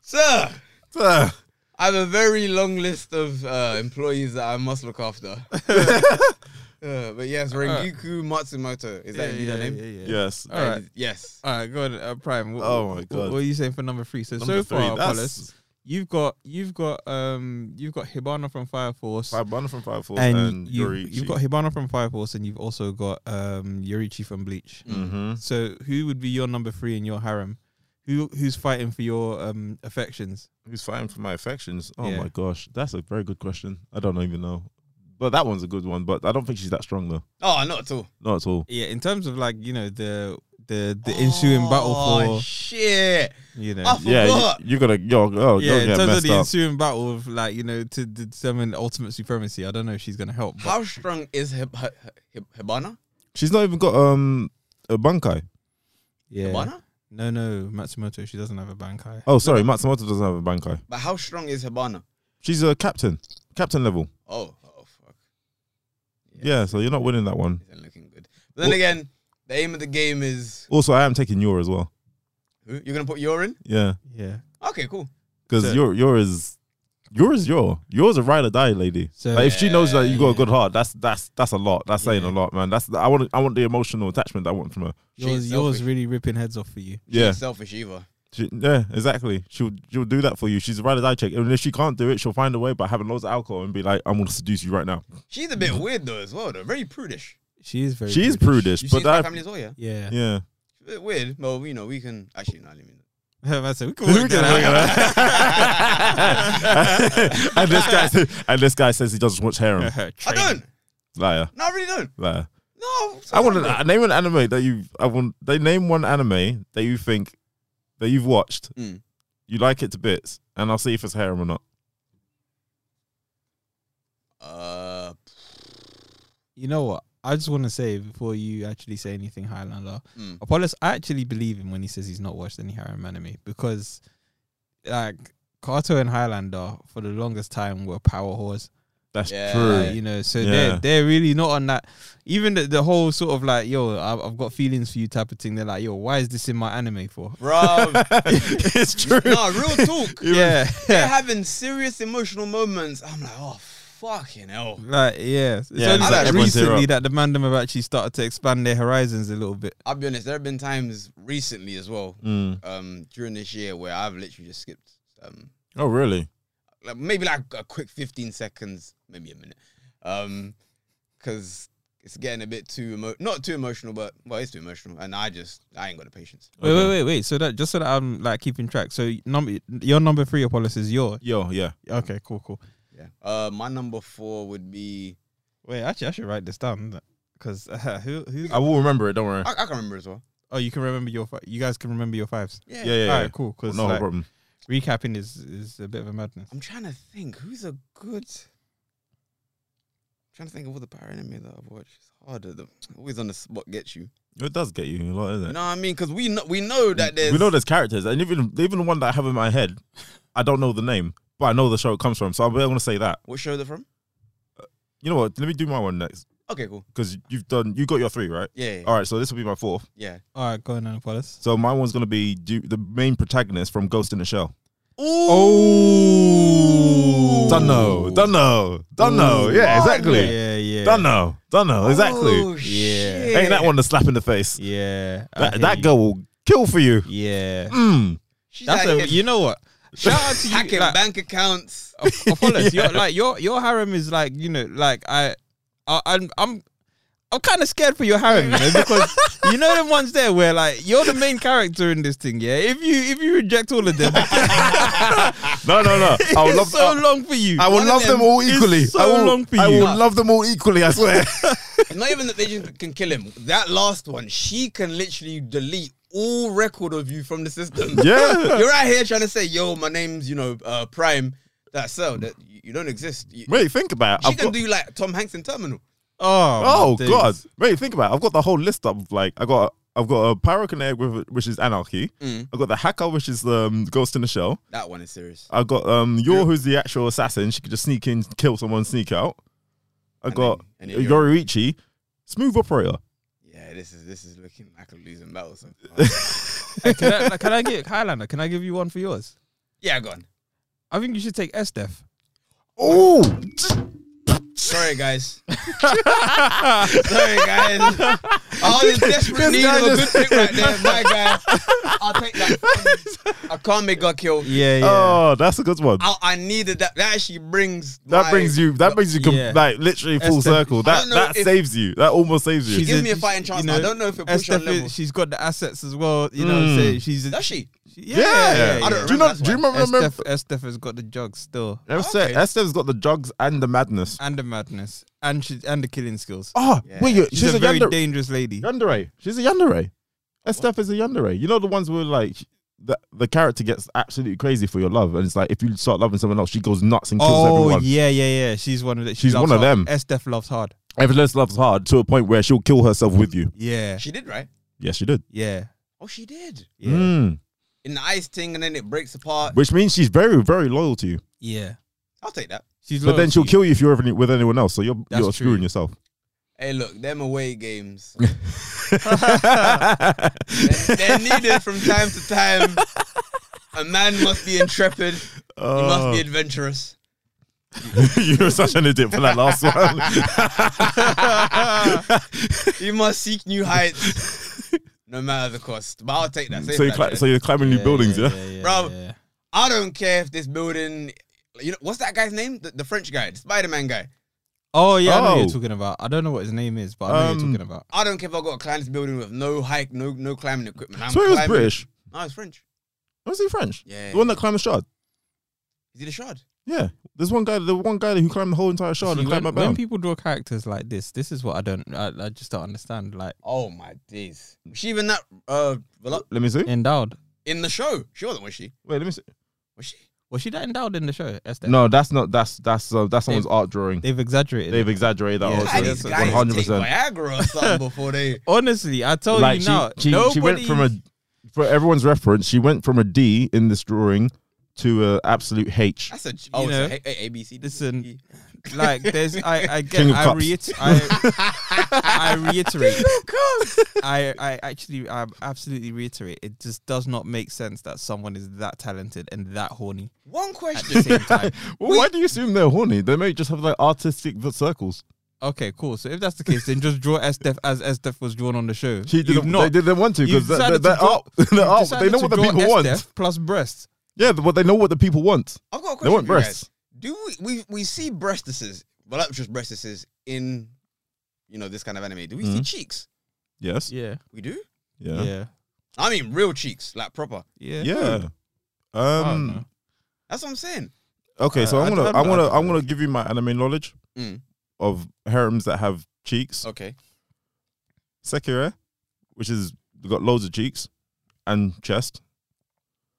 S3: Sir,
S1: Sir.
S3: I have a very long list of uh, employees that I must look after. Uh, but yes, Rengiku Matsumoto is that indeed her name?
S1: Yes.
S2: All right.
S3: Yes.
S2: All right, go on, uh, Prime. What,
S1: Oh my
S2: what-
S1: God.
S2: What are you saying for number three? So
S1: Number
S2: so
S1: three,
S2: far,
S1: that's-
S2: Apollos, you've got you've got um you've got Hibana from Fire Force,
S1: Five Banner from Five Four
S2: and,
S1: and,
S2: you,
S1: Yorichi.
S2: you've got Hibana from Fire Force, and you've also got um Yorichi from Bleach.
S1: hmm
S2: So who would be your number three in your harem? Who who's fighting for your um affections?
S1: Who's fighting for my affections? Oh
S2: Yeah.
S1: my gosh, that's a very good question. I don't even know, but that one's a good one. But I don't think she's that strong though,
S3: Oh, not at all.
S1: not at all.
S2: Yeah, in terms of like you know the the the ensuing battle
S3: Oh,
S2: for
S3: shit.
S2: you know.
S3: I forgot.
S1: Yeah, you, you're gonna yo yo
S2: yeah,
S1: yeah,
S2: in
S1: get
S2: terms of
S1: messed
S2: the
S1: up.
S2: ensuing battle of like you know to determine ultimate supremacy, I don't know if she's gonna help. But
S3: How strong is Hib- Hi- Hi- Hibana?
S1: she's not even got um a bankai.
S2: yeah,
S3: Hibana?
S2: No, no, Matsumoto. She doesn't have a bankai.
S1: Oh, sorry, Matsumoto doesn't have a bankai.
S3: But how strong is Hibana?
S1: She's a captain, captain level.
S3: Oh, oh fuck.
S1: Yeah, so you're not winning that one.
S3: Isn't looking good. But then
S1: Well-
S3: again, the aim of the game is
S1: Also, I am taking Yor as well.
S3: who? You're gonna put your in?
S1: Yeah,
S2: Yeah.
S3: Okay, cool.
S1: because
S2: So-
S1: Yor Yor is. Yor is your. Yours a ride or die lady.
S2: So
S1: Like if she knows that you got a
S2: Yeah.
S1: good heart, that's that's that's a lot. That's saying a
S2: Yeah.
S1: lot, man. That's I want I want the emotional attachment that I want from her.
S3: She's
S2: yours, yours
S3: selfish.
S2: really ripping heads off for you.
S3: She
S1: Yeah,
S3: ain't selfish either.
S1: She, yeah, exactly. She'll she'll do that for you. She's a ride or die chick, and if she can't do it, she'll find a way by having loads of alcohol and be like, "I'm gonna seduce you right now."
S3: She's a bit
S1: Mm.
S3: weird though as well though. Very prudish.
S2: She is very.
S1: She is prudish,
S3: You see
S1: but
S3: my
S1: that
S3: family as well, yeah.
S2: Yeah. *laughs*
S1: yeah,
S3: She's a bit weird. Well, you know, we can actually no, I didn't mean that.
S2: I said, we can
S1: We
S2: work
S1: can
S2: that
S1: work
S2: out.
S1: it out. and this guy says- and this guy says he doesn't watch harem.
S2: *laughs*
S3: I don't.
S1: Liar,
S3: No, I really don't.
S1: liar.
S3: No.
S1: I want to name an anime that you I want. They name one anime that you think that you've watched,
S3: Mm.
S1: you like it to bits, and I'll see if it's harem or not.
S3: Uh
S2: You know what? I just want to say before you actually say anything, Highlander,
S3: mm.
S2: Apollos, I actually believe him when he says he's not watched any harem anime because, like, Kato and Highlander for the longest time were power whores.
S1: That's
S2: *laughs*
S3: Yeah.
S1: true.
S2: you know, so
S1: Yeah.
S2: they're they're really not on that. Even the, the whole sort of like, yo, I've, I've got feelings for you type of thing. They're like, yo, why is this in my anime for?
S1: *laughs*
S3: bro.
S1: it's true.
S3: nah, real
S1: *laughs*
S3: talk.
S2: Yeah, *laughs*
S3: They're having serious emotional moments. I'm like, oh fucking hell.
S2: like yeah. It's
S1: Yeah,
S2: only
S3: it's like
S2: like
S1: everyone's here
S2: recently
S1: up.
S2: that the mandem have actually started to expand their horizons a little bit.
S3: I'll be honest. There have been times recently as well,
S1: Mm.
S3: um, during this year where I've literally just skipped, um,
S1: Oh, really?
S3: like maybe like a quick 15 seconds, maybe a minute, um, because it's getting a bit too emo- not too emotional, but well, it's too emotional, and I just I ain't got the patience.
S2: Wait,
S1: Okay.
S2: wait, wait, wait. So that just so that I'm like keeping track. So number your number three Apollos is your
S1: Yo, yeah.
S2: okay, cool, cool.
S3: Yeah. Uh, my number four would be
S2: Wait, actually, I should write this down because uh, *laughs* who who?
S1: I will remember it. Don't worry.
S3: I, I can remember as well.
S2: Oh, you can remember your fi- you guys can remember your fives.
S1: Yeah, yeah, yeah.
S2: All right, cool. Because
S1: no
S2: like,
S1: problem.
S2: recapping is is a bit of a madness.
S3: I'm trying to think who's a good. I'm trying to think of all the power enemy that I've watched. It's harder. The, always on the spot gets you.
S1: It does get you a lot, isn't
S3: You
S1: it?
S3: know what I mean? Because we know we know that there's
S1: we know there's characters, and even even the one that I have in my head, I don't know the name, but I know the show it comes from. So I'm going to say that.
S3: What show they're from?
S1: You know what? Let me do my one next
S3: Okay, cool.
S1: because you've done you got your three right.
S3: Yeah, yeah,
S1: All right, so this will be my fourth.
S3: yeah.
S2: All right, go on, then, Apollos.
S1: So my one's gonna be du- the main protagonist from Ghost in the Shell. Oh,
S2: Oh,
S1: Dunno, dunno, dunno.
S2: Ooh.
S1: Yeah, exactly.
S2: Yeah, yeah.
S1: Dunno, dunno. Exactly.
S3: Oh,
S2: Yeah.
S3: shit.
S1: Ain't that one a slap in the face?
S2: Yeah, I
S1: That,
S2: hear
S1: that
S2: you.
S1: girl will kill for you.
S2: Yeah,
S1: Mm.
S3: She's
S2: that's
S3: out
S1: *laughs*
S2: a.
S3: here
S2: You know what? Shout out to
S3: hacking
S2: you, like,
S3: bank accounts.
S2: Ap-
S1: *laughs*
S2: Apollos.
S1: Yeah.
S2: Your like your your harem is like you know like I, I I'm I'm. I'm kind of scared for your harem, you know, because you know them ones there where like you're the main character in this thing, yeah. If you if you reject
S1: *laughs*
S2: all of them, *laughs*
S1: No, no, no. I would
S2: it's
S1: love.
S2: so
S1: I,
S2: long for you.
S1: I will
S3: One of
S1: love them,
S3: them
S1: all
S2: is
S1: equally.
S2: so
S1: I will,
S2: long for
S1: I
S2: you.
S1: will love them all equally. I
S2: *laughs*
S1: swear.
S3: Not even that they just can kill him. That last one, she can literally delete all record of you from the system.
S1: *laughs* yeah.
S3: You're out here trying to say, "Yo, my name's you know uh, Prime." That's so that you you don't exist. You,
S1: Wait, think about it.
S3: she
S1: I've
S3: can
S1: got-
S3: do like Tom Hanks in Terminal.
S2: Oh,
S1: Oh
S2: my days.
S1: God! Wait, think about it. I've got the whole list up. Of, like I got I've got a pyrokinetic with which is anarchy.
S3: Mm.
S1: I've got the hacker which is um, Ghost in the Shell.
S3: That one is serious.
S1: I've got um Yor who's the actual assassin. She could just sneak in, kill someone, sneak out. I
S3: And
S1: got
S3: then- and then Yor-
S1: Yoriichi, smooth operator.
S3: Yeah, this is this is looking like a losing battle.
S1: *laughs*
S3: So.
S2: Hey, can, I, like, can I get Highlander? Can I give you one for yours?
S3: yeah, go on.
S2: I think you should take Estef.
S1: Oh,
S3: Sorry,
S1: *laughs*
S3: guys. Sorry, guys. I was in desperate
S1: This
S3: need
S1: guy
S3: of a good
S1: just-
S3: pick
S1: *laughs*
S3: right there. My guy. I'll take that. I can't make God kill.
S2: Yeah, yeah.
S1: oh, that's a good one.
S3: I, I needed that. That actually brings.
S1: that
S3: my-
S1: brings you. That brings you com-
S2: Yeah.
S1: like literally full
S2: Estef-
S1: circle. That
S3: don't know
S1: that
S3: if-
S1: saves you. That almost saves you.
S2: She's
S3: Give
S2: a-
S3: me a fighting
S2: you
S3: chance.
S2: know,
S3: I don't know if it push on
S2: Estef,
S3: level.
S2: is, she's got the assets as well. You know what
S1: Mm.
S2: I'm saying? She's a,
S3: Does she?
S2: yeah,
S1: yeah.
S2: yeah, yeah.
S3: I don't
S1: do you
S3: remember,
S1: not? Do you remember? remember
S2: Estef, Estef has got the jugs still,
S1: Estef-
S3: Okay.
S1: Estef's got the drugs and the madness.
S2: and the madness, and she and the killing skills.
S1: Oh,
S3: Yeah.
S1: wait, you-
S2: She's,
S1: she's,
S2: a,
S1: a,
S2: very
S1: yandere.
S2: dangerous lady.
S1: yandere. She's a yandere. Estef is a yandere. You know the ones where like the the character gets absolutely crazy for your love, and it's like if you start loving someone else, she goes nuts and kills
S2: Oh
S1: everyone.
S2: yeah, yeah, yeah. She's one of the, she
S1: She's
S2: loves
S1: one of
S2: hard.
S1: them.
S2: Estef loves hard.
S1: Everyone else loves hard to a point where she'll kill herself with you.
S2: Yeah,
S3: She did, right?
S1: Yes, she did.
S2: yeah,
S3: Oh, she did.
S2: yeah,
S1: Mm.
S3: In the ice thing, and then it breaks apart.
S1: Which means she's very, very loyal to you.
S2: yeah.
S3: I'll take that.
S2: She's
S1: But then
S2: loyalty.
S1: she'll kill you if you're ever with anyone else. So you're
S2: That's
S1: you're screwing
S2: true.
S1: yourself.
S3: Hey, look, them away games. They're, they're needed from time to time. A man must be intrepid. He must be adventurous.
S1: *laughs* you were Oh. such an idiot for that last one.
S3: He must seek new heights, no matter the cost. But I'll take that. Save
S1: so, you
S3: that
S1: cli-
S3: shit.
S1: so you're climbing new buildings, yeah?
S2: yeah,
S3: Bro.
S2: yeah.
S3: I don't care if this building. You know what's that guy's name? The, the French guy, the Spider Man guy.
S2: Oh yeah, I know what
S1: Oh.
S2: you're talking about. I don't know what his name is, but I know what
S1: Um,
S2: you're talking about.
S3: I don't care if I got to climb this building with no hike, no no climbing equipment. I'm
S1: So he was
S3: climbing.
S1: British.
S3: No, it's French.
S1: Was he French?
S3: Yeah.
S1: The one that climbed the shard.
S3: Is he the shard?
S1: Yeah. There's one guy, the one guy who climbed the whole entire shard
S2: See,
S1: and
S2: when,
S1: climbed up
S2: when
S1: bound.
S2: people draw characters like this, this is what I don't, I, I just don't understand. Like
S3: Oh my days. Was she even that uh velo-
S1: Let me see.
S2: endowed,
S3: in the show? She wasn't, was she?
S1: Wait, let me see.
S3: Was she?
S2: was she that endowed in the show? Esther?
S1: No, that's not. That's that's uh, that's someone's
S2: They've-
S1: art drawing.
S2: they've exaggerated.
S1: They've
S2: it.
S1: exaggerated that
S2: Yeah,
S3: Why
S2: so
S3: these
S1: also.
S2: it's
S3: guys
S1: Oh, One hundred
S3: take
S1: percent.
S3: Viagra or something before they.
S2: Honestly, I tell
S1: Like
S2: you
S1: she,
S2: now,
S1: she, she went
S2: nobody-
S1: from a for everyone's reference, she went from a D in this drawing to uh, absolute H.
S3: That's a G-
S2: You
S3: oh,
S2: know,
S3: it's a, a, a, B, C, D,
S1: *laughs*
S2: listen,
S3: E.
S2: Like there's, I, I get,
S1: King of
S2: I,
S1: Cups.
S2: reiter- I,
S1: *laughs*
S2: I reiterate, I, I actually, I absolutely reiterate. It just does not make sense that someone is that talented and that horny
S3: One
S2: at the
S3: question.
S2: same time.
S1: Well, *laughs* why do you assume they're horny? They may just have like artistic v- circles.
S2: Okay, cool. So if that's the case, then just draw S Def as S Def was drawn on the show.
S1: She
S2: You've
S1: didn't. they didn't want to because
S2: you've
S1: that,
S2: decided
S1: that, that
S2: to draw-
S1: art, *laughs* that
S2: you've
S1: art, they
S2: decided
S1: know
S2: to
S1: what the
S2: draw
S1: people
S2: S
S1: want.
S2: Def plus breasts.
S1: Yeah, but they know what the people want.
S3: *laughs* I've got a
S1: They
S3: question.
S1: want
S3: for you guys.
S1: breasts.
S3: Do we, we we see breastises, voluptuous breastises in you know this kind of anime? Do we see
S1: Mhm.
S3: cheeks?
S1: Yes.
S2: Yeah,
S3: We do.
S1: Yeah.
S2: yeah,
S3: I mean, real cheeks, like proper.
S2: yeah. Oh,
S1: Yeah.
S2: I don't know.
S1: Um.
S3: That's what I'm saying.
S1: Okay, so
S2: Uh, I
S1: I'm gonna,
S2: don't
S1: I'm
S2: know.
S1: gonna, I'm gonna give you my anime knowledge
S3: Mm.
S1: of harems that have cheeks.
S3: Okay.
S1: Sekiro, which is got loads of cheeks and chest.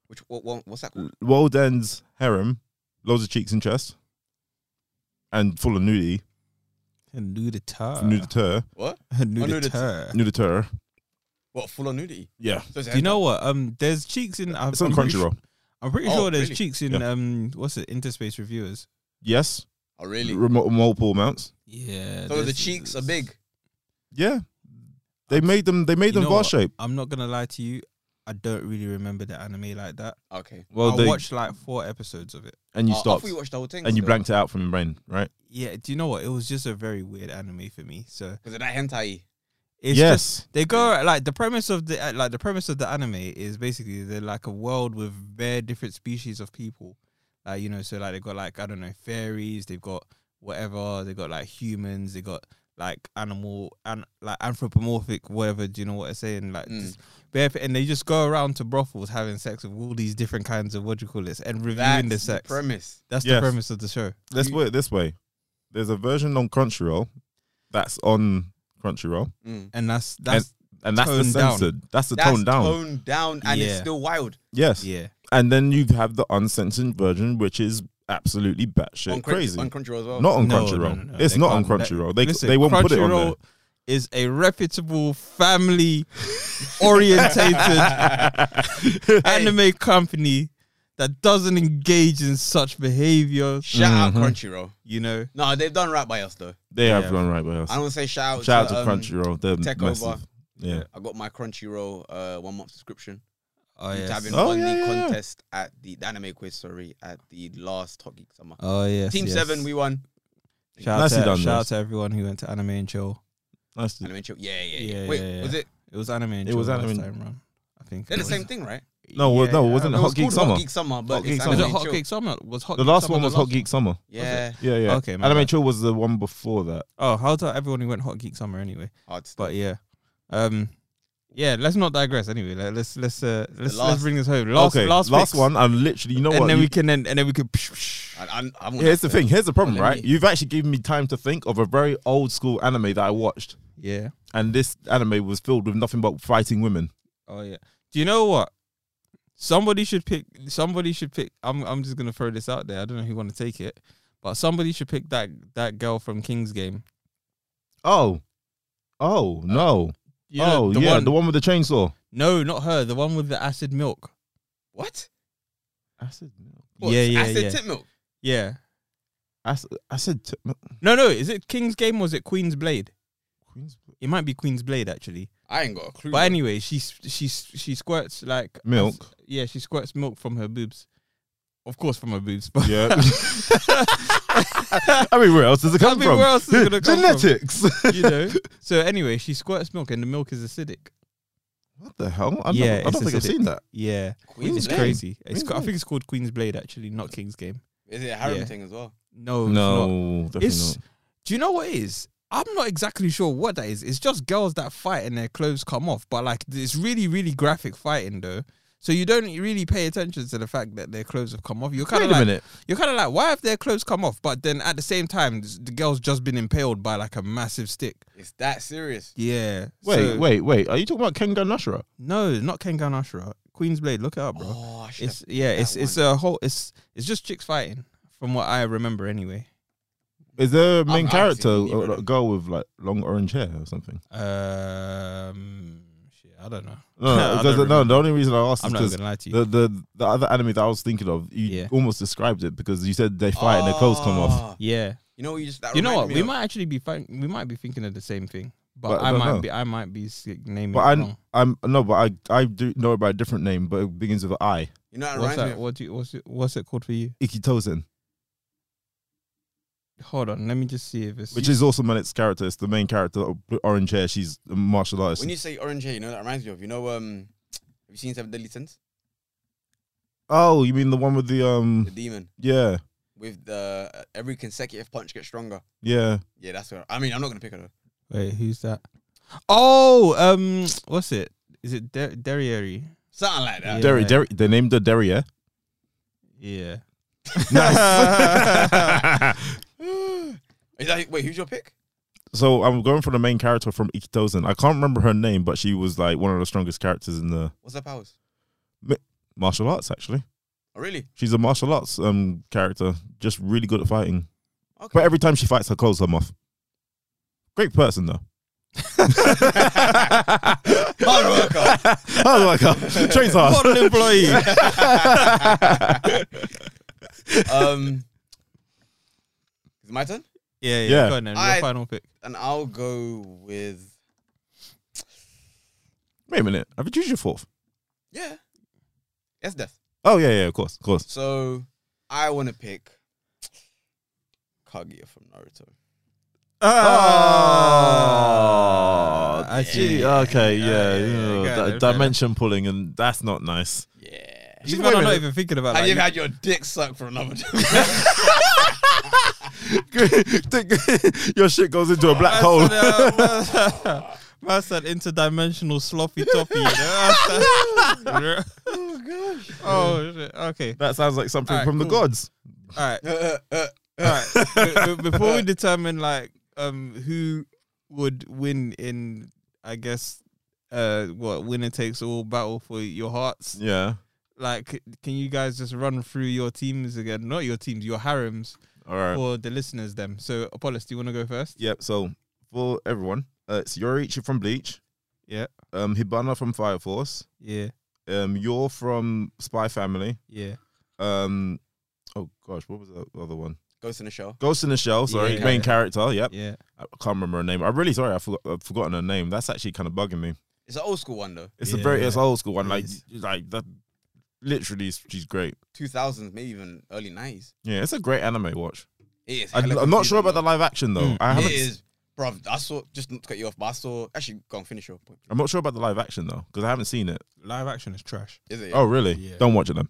S3: Which what, what what's that called?
S1: World ends harem, loads of cheeks and chest, and full of nudity,
S2: And nuditar. *laughs*
S1: nuditeur,
S3: What?
S2: Nuditar.
S1: nuditeur.
S3: What full on nudity?
S1: Yeah,
S3: So it's
S2: Do you know what? Um, there's cheeks in. I'm,
S1: it's on
S2: I'm pretty
S1: Crunchyroll.
S2: su- I'm pretty
S3: Oh,
S2: sure there's
S3: really?
S2: cheeks in.
S1: Yeah.
S2: Um, what's it? Interspace reviewers.
S1: Yes,
S3: Oh really?
S1: remote multiple amounts.
S2: Yeah.
S3: So the cheeks are big.
S1: Yeah, they made them. They made
S2: You
S1: them
S2: know
S1: bar
S2: what?
S1: shape.
S2: I'm not gonna lie to you. I don't really remember the anime like that.
S3: Okay.
S1: Well,
S2: I
S1: they
S2: watched like four episodes of it.
S1: and you
S3: Oh, I
S1: stopped
S3: thought we watched the whole thing.
S1: and you blanked it out from your brain, right?
S2: Yeah. Do you know what? It was just a very weird anime for me. So
S3: because of that hentai.
S2: it's just
S1: yes,
S2: They go like the premise of the uh, like the premise of the anime is basically they're like a world with very different species of people, like you know. So like they've got like I don't know fairies, they've got whatever, they got like humans, they got like animal and like anthropomorphic whatever. Do you know what I'm saying? Like,
S3: Mm.
S2: just bare, and they just go around to brothels having sex with all these different kinds of what do you call this and reviewing
S3: That's
S2: the sex.
S3: the premise.
S2: That's the
S1: Yes.
S2: premise of the show.
S1: let's put it this way: there's a version on Crunchyroll that's on Crunchyroll,
S3: Mm.
S2: And that's that's
S1: and that's the
S2: Toned down.
S1: censored. That's the
S3: That's
S1: toned down.
S3: Toned down, and it's
S2: Yeah.
S3: still wild.
S1: Yes,
S2: yeah.
S1: and then you have the uncensored version, which is absolutely batshit
S3: on Crunch-
S1: crazy.
S3: on Crunchyroll as well.
S1: not on
S2: No,
S1: Crunchyroll.
S2: no, no, no.
S1: It's
S2: They
S1: not on
S2: can't. That-
S1: Crunchyroll. They
S2: Listen,
S1: they won't put it on there.
S2: Crunchyroll Is a reputable family *laughs* orientated anime company that doesn't engage in such behavior.
S3: Shout out
S1: Mhm.
S3: Crunchyroll.
S2: You know,
S3: No, they've done right by us though.
S1: *laughs* They
S2: Yeah.
S1: have gone right by us.
S3: I don't say shout out.
S1: Shout out
S3: to,
S1: to
S3: um,
S1: Crunchyroll. They're
S3: Tech
S1: massive.
S3: Over.
S1: Yeah.
S3: I got my Crunchyroll uh, one month subscription.
S2: oh
S3: We're
S2: yes,
S3: having
S1: Oh,
S3: won
S1: yeah,
S3: the
S1: yeah, yeah.
S3: contest at the, the anime quiz, sorry, at the last Hot Geek Summer.
S2: oh yes.
S3: Team
S2: yes.
S3: Seven, we won.
S2: shout out
S1: Nicely
S2: to,
S1: done,
S2: shout out
S1: guys.
S2: to everyone who went to Anime and Chill.
S1: Nice.
S3: Anime Chill. Yeah, yeah, yeah.
S2: Yeah,
S3: Wait,
S2: yeah, yeah.
S3: was it?
S2: It was Anime and
S1: It
S2: Chill
S1: was
S2: last
S1: Anime and-
S2: time round. I think
S3: They're
S2: it
S3: the
S2: was-
S3: same thing, right?
S1: No, well, no, it wasn't
S3: It
S1: Hot
S3: was
S1: Geek
S3: called
S1: Summer.
S3: Hot Geek Summer, but
S1: Hot Geek
S3: it's
S1: Summer.
S2: Was it
S3: Anime
S2: Hot
S3: Chill.
S2: Cake Summer? Was Hot
S1: The
S2: Cake
S1: last
S2: Summer
S1: one
S2: the
S1: was Hot
S2: last
S1: Geek Summer.
S3: Yeah,
S1: Yeah, yeah.
S2: Okay, my
S1: Anime
S2: bad.
S1: Chill was the one before that.
S2: Oh, how to everyone who went Hot Geek Summer anyway.
S3: hard stuff.
S2: But yeah, um, yeah. Let's not digress anyway. Like, let's let's uh, let's let's
S3: last-
S2: bring this home. Last
S1: okay,
S2: last picks.
S1: one. I'm literally, you know
S2: and
S1: what?
S2: then
S1: you-
S2: we can then and then we can.
S3: I, I'm, I'm gonna
S1: Here's the
S3: have
S1: thing. Here's the problem,
S3: Let
S1: right?
S3: me-
S1: You've actually given me time to think of a very old school anime that I watched,
S2: Yeah.
S1: and this anime was filled with nothing but fighting women.
S2: Oh yeah. Do you know what? Somebody should pick. Somebody should pick. I'm. I'm just gonna throw this out there. I don't know who want to take it, but somebody should pick that that girl from King's Game.
S1: Oh, oh no!
S2: You know,
S1: oh
S2: Uh, the
S1: yeah,
S2: one,
S1: the one with the chainsaw.
S2: No, not her. The one with the acid milk.
S3: What?
S1: Acid,
S3: What,
S2: yeah, yeah,
S3: Acid
S2: yeah.
S3: tip milk.
S2: yeah.
S1: acid, acid t- no,
S2: No, no. Is it King's Game or is it Queen's Blade?
S1: Queen's
S2: It might be Queen's Blade actually.
S3: I ain't got a clue.
S2: But anyway, she s- she s- she squirts like
S1: milk.
S2: Yeah, she squirts milk from her boobs. Of course, from her boobs. *laughs*
S1: *laughs*
S2: But
S1: Yeah. I mean, where else does it
S2: I
S1: come
S2: mean,
S1: from?
S2: where else is
S1: *laughs*
S2: it gonna come from?
S1: Genetics.
S2: you know. So anyway, she squirts milk and the milk is acidic.
S1: what the hell? I,
S2: Yeah,
S1: never, I
S2: it's
S1: don't think I've
S2: acidic.
S1: seen that.
S2: Yeah.
S3: Queen's
S2: it's
S1: Blade.
S2: crazy. It's
S1: Queen's
S2: ca- I
S1: Blade.
S2: think it's called Queen's Blade actually, not King's Game.
S3: Is it a harem
S2: Yeah.
S3: thing as well?
S2: No, it's not.
S1: No, definitely
S2: It's-
S1: not.
S2: Do you know what it is? I'm not exactly sure what that is. It's just girls that fight and their clothes come off, but like it's really, really graphic fighting though. So you don't really pay attention to the fact that their clothes have come off. You're kind
S1: Wait
S2: of
S1: a
S2: like,
S1: minute.
S2: you're kind of like, why have their clothes come off? But then at the same time, this- the girl's just been impaled by like a massive stick.
S3: It's that serious.
S2: Yeah.
S1: Wait,
S2: So-
S1: wait, wait. Are you talking about Kengan Nashra?
S2: No, not Kengan Ashura. Queen's Blade. Look it up, bro.
S3: Oh, I should
S2: It's yeah, it's
S3: that
S2: it's a whole it's it's just chicks fighting, from what I remember anyway.
S1: Is there a main
S3: I've
S1: character
S3: seen neither of
S1: a, a
S2: *laughs*
S3: them.
S1: girl with like long orange hair or something?
S2: Um shit, I don't know.
S1: No,
S2: I
S1: no, because
S2: don't
S1: no. The
S2: remember.
S1: only reason I asked
S2: I'm
S1: is
S2: not
S1: because
S2: gonna lie to you.
S1: the, the the other anime that I was thinking of, you
S2: Yeah.
S1: almost described it because you said they fight and their clothes come off.
S3: Ah,
S2: yeah,
S3: You know what? You just that
S2: you know
S3: reminded
S2: what?
S3: me
S2: We
S3: of-
S2: might actually be fin- we might be thinking of the same thing, but,
S1: But I
S2: I,
S1: don't
S2: might
S1: know.
S2: be I might be s- naming.
S1: But
S2: it
S1: I
S2: wrong.
S1: I'm no, but I I do know it by a different name, but it begins with an I.
S3: You know
S2: what's
S3: what? That reminds me
S2: that?
S3: of?
S2: What do you, what's it, what's it called for you?
S1: Ikitosen,
S2: Hold on, let me just see if it's
S1: which is also Manet's character. It's the main character, of Blue- orange hair. She's a martial artist.
S3: When you say orange hair, you know what that reminds me of. You know, um, have you seen Seven Deadly Sins?
S1: oh, you mean the one with the
S3: The
S1: um?
S3: demon
S1: Yeah,
S3: with the uh, every consecutive punch gets stronger.
S1: yeah.
S3: Yeah, that's what I mean. I'm not gonna pick her. though.
S2: wait, who's that? Oh, um, what's it? Is it Der- Derriere?
S3: Something like that.
S2: Yeah.
S1: Derry, Derry. They named her Derry. Yeah.
S2: Yeah,
S1: nice.
S3: Is that, wait, who's your pick?
S1: so I'm going for the main character from Ikitosen. I can't remember her name, but she was like one of the strongest characters in the
S3: What's her powers?
S1: martial arts. Actually,
S3: Oh, really?
S1: she's a martial arts um character, just really good at fighting.
S3: Okay.
S1: But every time she fights, her clothes come off. Great person *laughs* though.
S3: *laughs* Hard
S2: *laughs*
S3: worker.
S1: Oh my god, trains hard.
S2: What an employee.
S3: um, is it my turn?
S2: yeah, yeah.
S1: Yeah.
S2: Go on then. Your
S3: I-
S2: final pick.
S3: And I'll go with
S1: Wait a minute, have you choose your fourth?
S3: yeah. Yes, death.
S1: Oh yeah, yeah, of course, of course.
S3: So I want to pick Kaguya from Naruto.
S1: Oh,
S2: I see.
S1: Okay,
S2: Yeah,
S1: yeah,
S2: yeah, yeah,
S1: yeah, di-
S2: go there, fair
S1: dimension pulling, and that's not nice.
S3: Yeah.
S1: wait a
S2: Even I'm not
S1: minute.
S2: even thinking about
S3: Have
S2: like,
S3: you had your dick sucked for *laughs* another
S1: *laughs* your shit goes into a black hole.
S2: Man said interdimensional sloppy toppy. you know?
S3: *laughs* Oh gosh.
S2: oh, shit. okay.
S1: That sounds like something
S2: Alright,
S1: from the
S2: cool.
S1: gods.
S2: All right.
S3: Uh, uh,
S2: All right. Be- be- Before we determine like um who would win in, I guess, uh, what winner takes all battle for your hearts.
S1: Yeah.
S2: Like, c- can you guys just run through your teams again? Not your teams, your harems
S1: All right.
S2: for the listeners. Them. So, Apollos, do you want to go first?
S1: Yep. So for everyone, uh, it's Yoriichi from Bleach.
S2: Yeah.
S1: Um, Hibana from Fire Force.
S2: Yeah.
S1: Um, Yor from Spy Family.
S2: Yeah.
S1: Um, oh gosh, what was the other one?
S3: Ghost in the Shell.
S1: Ghost in the Shell. Sorry,
S2: Yeah.
S1: main character. Yep.
S2: Yeah.
S1: I can't remember her name. I'm really sorry. I forgot. I've forgotten her name. That's actually kind of bugging me.
S3: It's an old school one though.
S1: It's a very
S2: Yeah.
S1: it's old school one.
S2: It
S1: Like
S2: is.
S1: like that. Literally, she's great.
S3: Two thousands, maybe even early nineties.
S1: Yeah, it's a great anime watch.
S3: It is.
S1: I,
S3: hella
S1: I'm not sure
S3: confusing,
S1: about the live action though.
S2: Mm.
S1: I
S3: though.
S1: haven't.
S3: It is, bro. I saw just not to cut you off, but I saw actually go and finish your point.
S1: I'm not sure about the live action though because I haven't seen it.
S2: Live action is trash.
S3: Is it?
S1: Oh really?
S2: Yeah.
S1: Don't watch it then.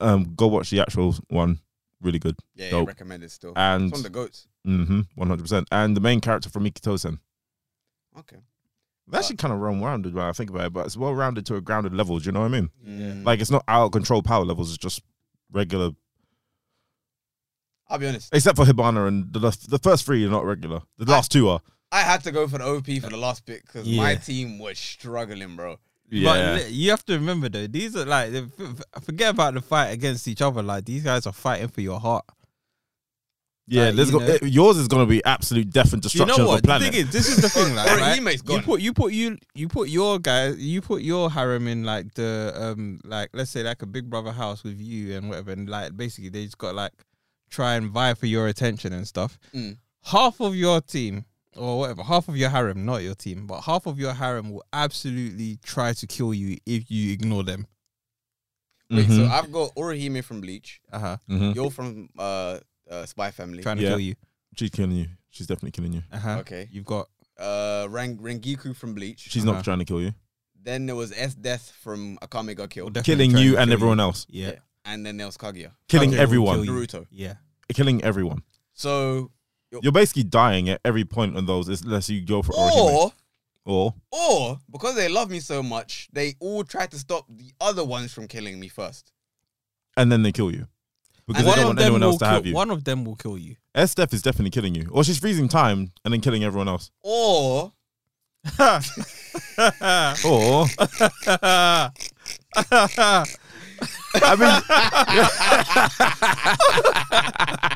S1: Um, go watch the actual one. Really good.
S3: yeah, yeah
S1: dope.
S3: recommended still.
S1: And
S3: It's one of the goats.
S1: Mm-hmm. One hundred percent. And the main character from Ikitosen.
S3: Okay.
S1: It's actually kind of rounded when I think about it, but it's well rounded to a grounded level. Do you know what I mean?
S3: Mm.
S1: Like it's not out of control power levels. It's just regular,
S3: I'll be honest.
S1: except for Hibana and the the, the first three are not regular. The last two are.
S3: I had to go for the OP for the last pick because my
S2: Yeah.
S3: team was struggling, bro.
S2: But li- you have to remember though, these are like f- f- forget about the fight against each other. Like these guys are fighting for your heart.
S1: yeah.
S2: like,
S1: there's
S2: you
S1: go-
S2: know-
S1: it- yours is gonna be absolute death and
S2: You
S1: destruction
S2: know
S1: of
S2: what?
S1: the
S2: The
S1: planet.
S2: thing is, this is the thing. Like,
S3: Alright,
S2: right?
S3: Hime's
S2: you
S3: gone.
S2: put you put you you put your guys, you put your harem in like the um like let's say like a big brother house with you and whatever, and like basically they just got like try and vie for your attention and stuff.
S3: Mm.
S2: Half of your team. Or whatever, half of your harem, not your team, but half of your harem will absolutely try to kill you if you ignore them.
S3: Wait, so
S1: Mhm.
S3: I've got Orihime from Bleach.
S2: Uh huh.
S1: Mhm.
S3: You're from uh, uh Spy Family.
S2: Trying to
S1: Yeah.
S2: kill you.
S1: She's killing you. She's definitely killing you.
S2: Uh huh.
S3: Okay.
S2: You've got
S3: Uh, Rang- Rangiku from Bleach.
S1: She's
S2: Uh-huh.
S1: not trying to kill you.
S3: Then there was S Death from Akame got
S2: We'll
S3: killed.
S2: definitely
S1: Killing
S2: try
S1: you
S2: kill
S1: and everyone else.
S2: Yeah.
S3: Yeah. And then there was Kaguya.
S1: Killing
S2: Kaguya will
S1: everyone.
S2: kill you.
S3: Naruto.
S2: Yeah.
S1: Killing everyone.
S3: So
S1: You're basically dying at every point on those, unless you go for Orihime.
S3: or
S1: or
S3: or because they love me so much, they all tried to stop the other ones from killing me first.
S1: and then they kill you because
S3: And
S1: they
S2: One
S1: don't
S2: of
S1: want
S2: them
S1: anyone
S2: will
S1: else to
S2: kill.
S1: have you.
S2: One of them will kill you.
S1: S Def is definitely killing you, or she's freezing time and then killing everyone else.
S3: Or
S1: Or *laughs*
S2: That's
S1: I mean, *laughs*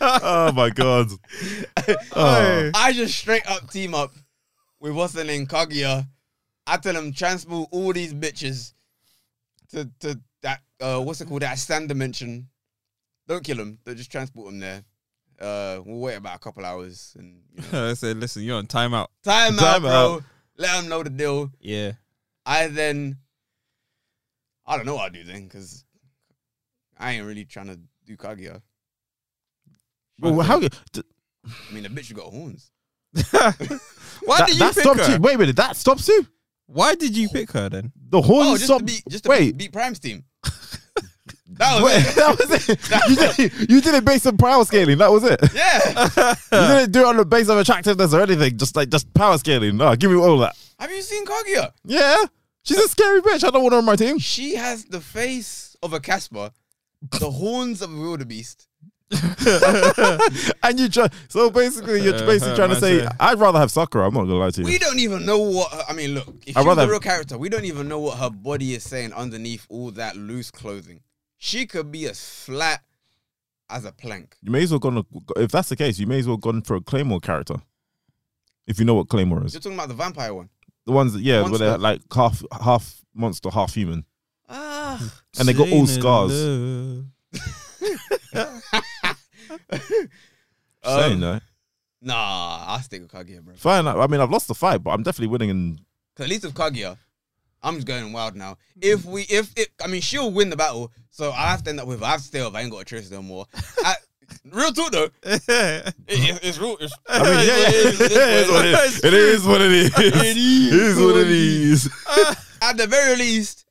S1: oh my
S2: *laughs*
S1: god! Oh.
S3: I just straight up team up with what's the name Kaguya I tell him transport all these bitches to to that uh what's it called that stand dimension. Don't kill them. Don't just transport them there. Uh, we'll wait about a couple hours and you know,
S2: Uh, *laughs* I said, listen, you're on timeout.
S3: time, out,
S1: Time
S3: bro.
S1: out.
S3: Let them know the deal.
S2: Yeah.
S3: I then, I don't know what I do then because I ain't really trying to do Kaguya.
S1: Well, how? you- d-
S3: I mean, the bitch
S1: *laughs*
S3: got horns.
S2: Why
S1: that,
S2: did you
S1: that
S2: pick
S1: stops
S2: her?
S1: you. Wait a minute. That stops you.
S2: Why did you pick her then?
S1: The horn
S3: Oh, just
S1: stop.
S3: to beat just to
S1: wait,
S3: beat Prime's team. *laughs* that was
S1: *laughs* wait,
S3: it.
S1: that was it. you, did, you did it based on power scaling. That *laughs* was it. You
S3: Yeah.
S1: didn't do it on the base of attractiveness or anything. Just like just power scaling. No, give me all that.
S3: Have you seen Kaguya?
S1: Yeah, she's a scary bitch. I don't want her on my team. *laughs*
S3: She has the face of a Casper, the horns of a wildebeest.
S1: and you try. So basically, you're
S2: Uh,
S1: basically
S2: huh,
S1: trying to
S2: I
S1: say,
S2: see.
S1: I'd rather have Sakura. I'm not gonna lie to you.
S3: We don't even know what. Her, I mean, look, if
S1: I'd
S3: she's
S1: rather-
S3: the real character, we don't even know what her body is saying underneath all that loose clothing. She could be as flat as a plank.
S1: You may as well gone. If that's the case, you may as well gone for a Claymore character. If you know what Claymore is,
S3: You're talking about the vampire one.
S1: the ones that yeah, where
S3: Monster.
S1: they're like half half monster, half human.
S3: Ah.
S1: And they got all scars. Saying that,
S3: *sighs* Nah, I'll stick with Kaguya, bro.
S1: fine. I, I mean, I've lost the fight, but I'm definitely winning. And
S3: 'Cause at least with Kaguya, I'm just going wild now. If we, if it, I mean, she'll win the battle, so I have to end up with. her. I have to stay up. I ain't got a choice
S1: *laughs*
S3: no more. I, real talk though, it, it's real. It's,
S1: I mean,
S3: *laughs*
S1: yeah, yeah, it is what it is. *laughs* It is what it is. It is what it is.
S3: At the very least,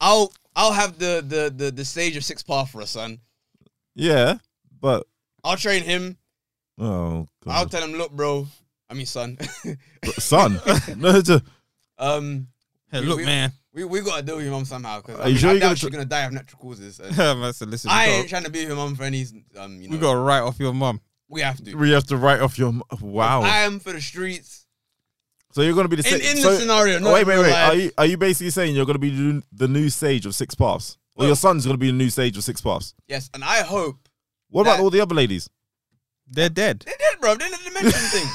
S3: I'll I'll have the the the, the sage of six path for us, son.
S1: Yeah, but
S3: I'll train him.
S1: oh
S3: I'll
S1: god,
S3: tell him, look, bro. I mean, son. *laughs*
S1: son, no, it's a-
S3: um,
S2: Hey, look,
S3: We-
S2: man. *laughs*
S3: we we gotta deal with your mum somehow because
S1: Are
S3: I,
S1: you
S3: mean,
S1: sure
S3: I
S1: you're
S3: doubt
S1: gonna
S3: she's
S1: tr-
S3: gonna die of natural
S1: *laughs*
S3: causes. and
S2: I said, listen,
S3: I
S2: we
S3: ain't
S2: got,
S3: trying to be with your mum for any um you know
S2: we got to write off your mum.
S3: we have to.
S1: we have to write off your m- wow.
S3: I am for the streets.
S1: so you're gonna be the
S3: In,
S1: sa-
S3: in
S1: so-
S3: the scenario, not
S1: wait,
S3: in
S1: wait,
S3: real
S1: wait.
S3: life.
S1: Are you are you basically saying you're gonna be the n- the new sage of six paths, or your
S3: Look.
S1: son's gonna be the new sage of six paths?
S3: yes, and I hope
S1: What about
S3: That-
S1: all the other ladies?
S2: They're dead.
S3: they did, bro. They did the dimension thing.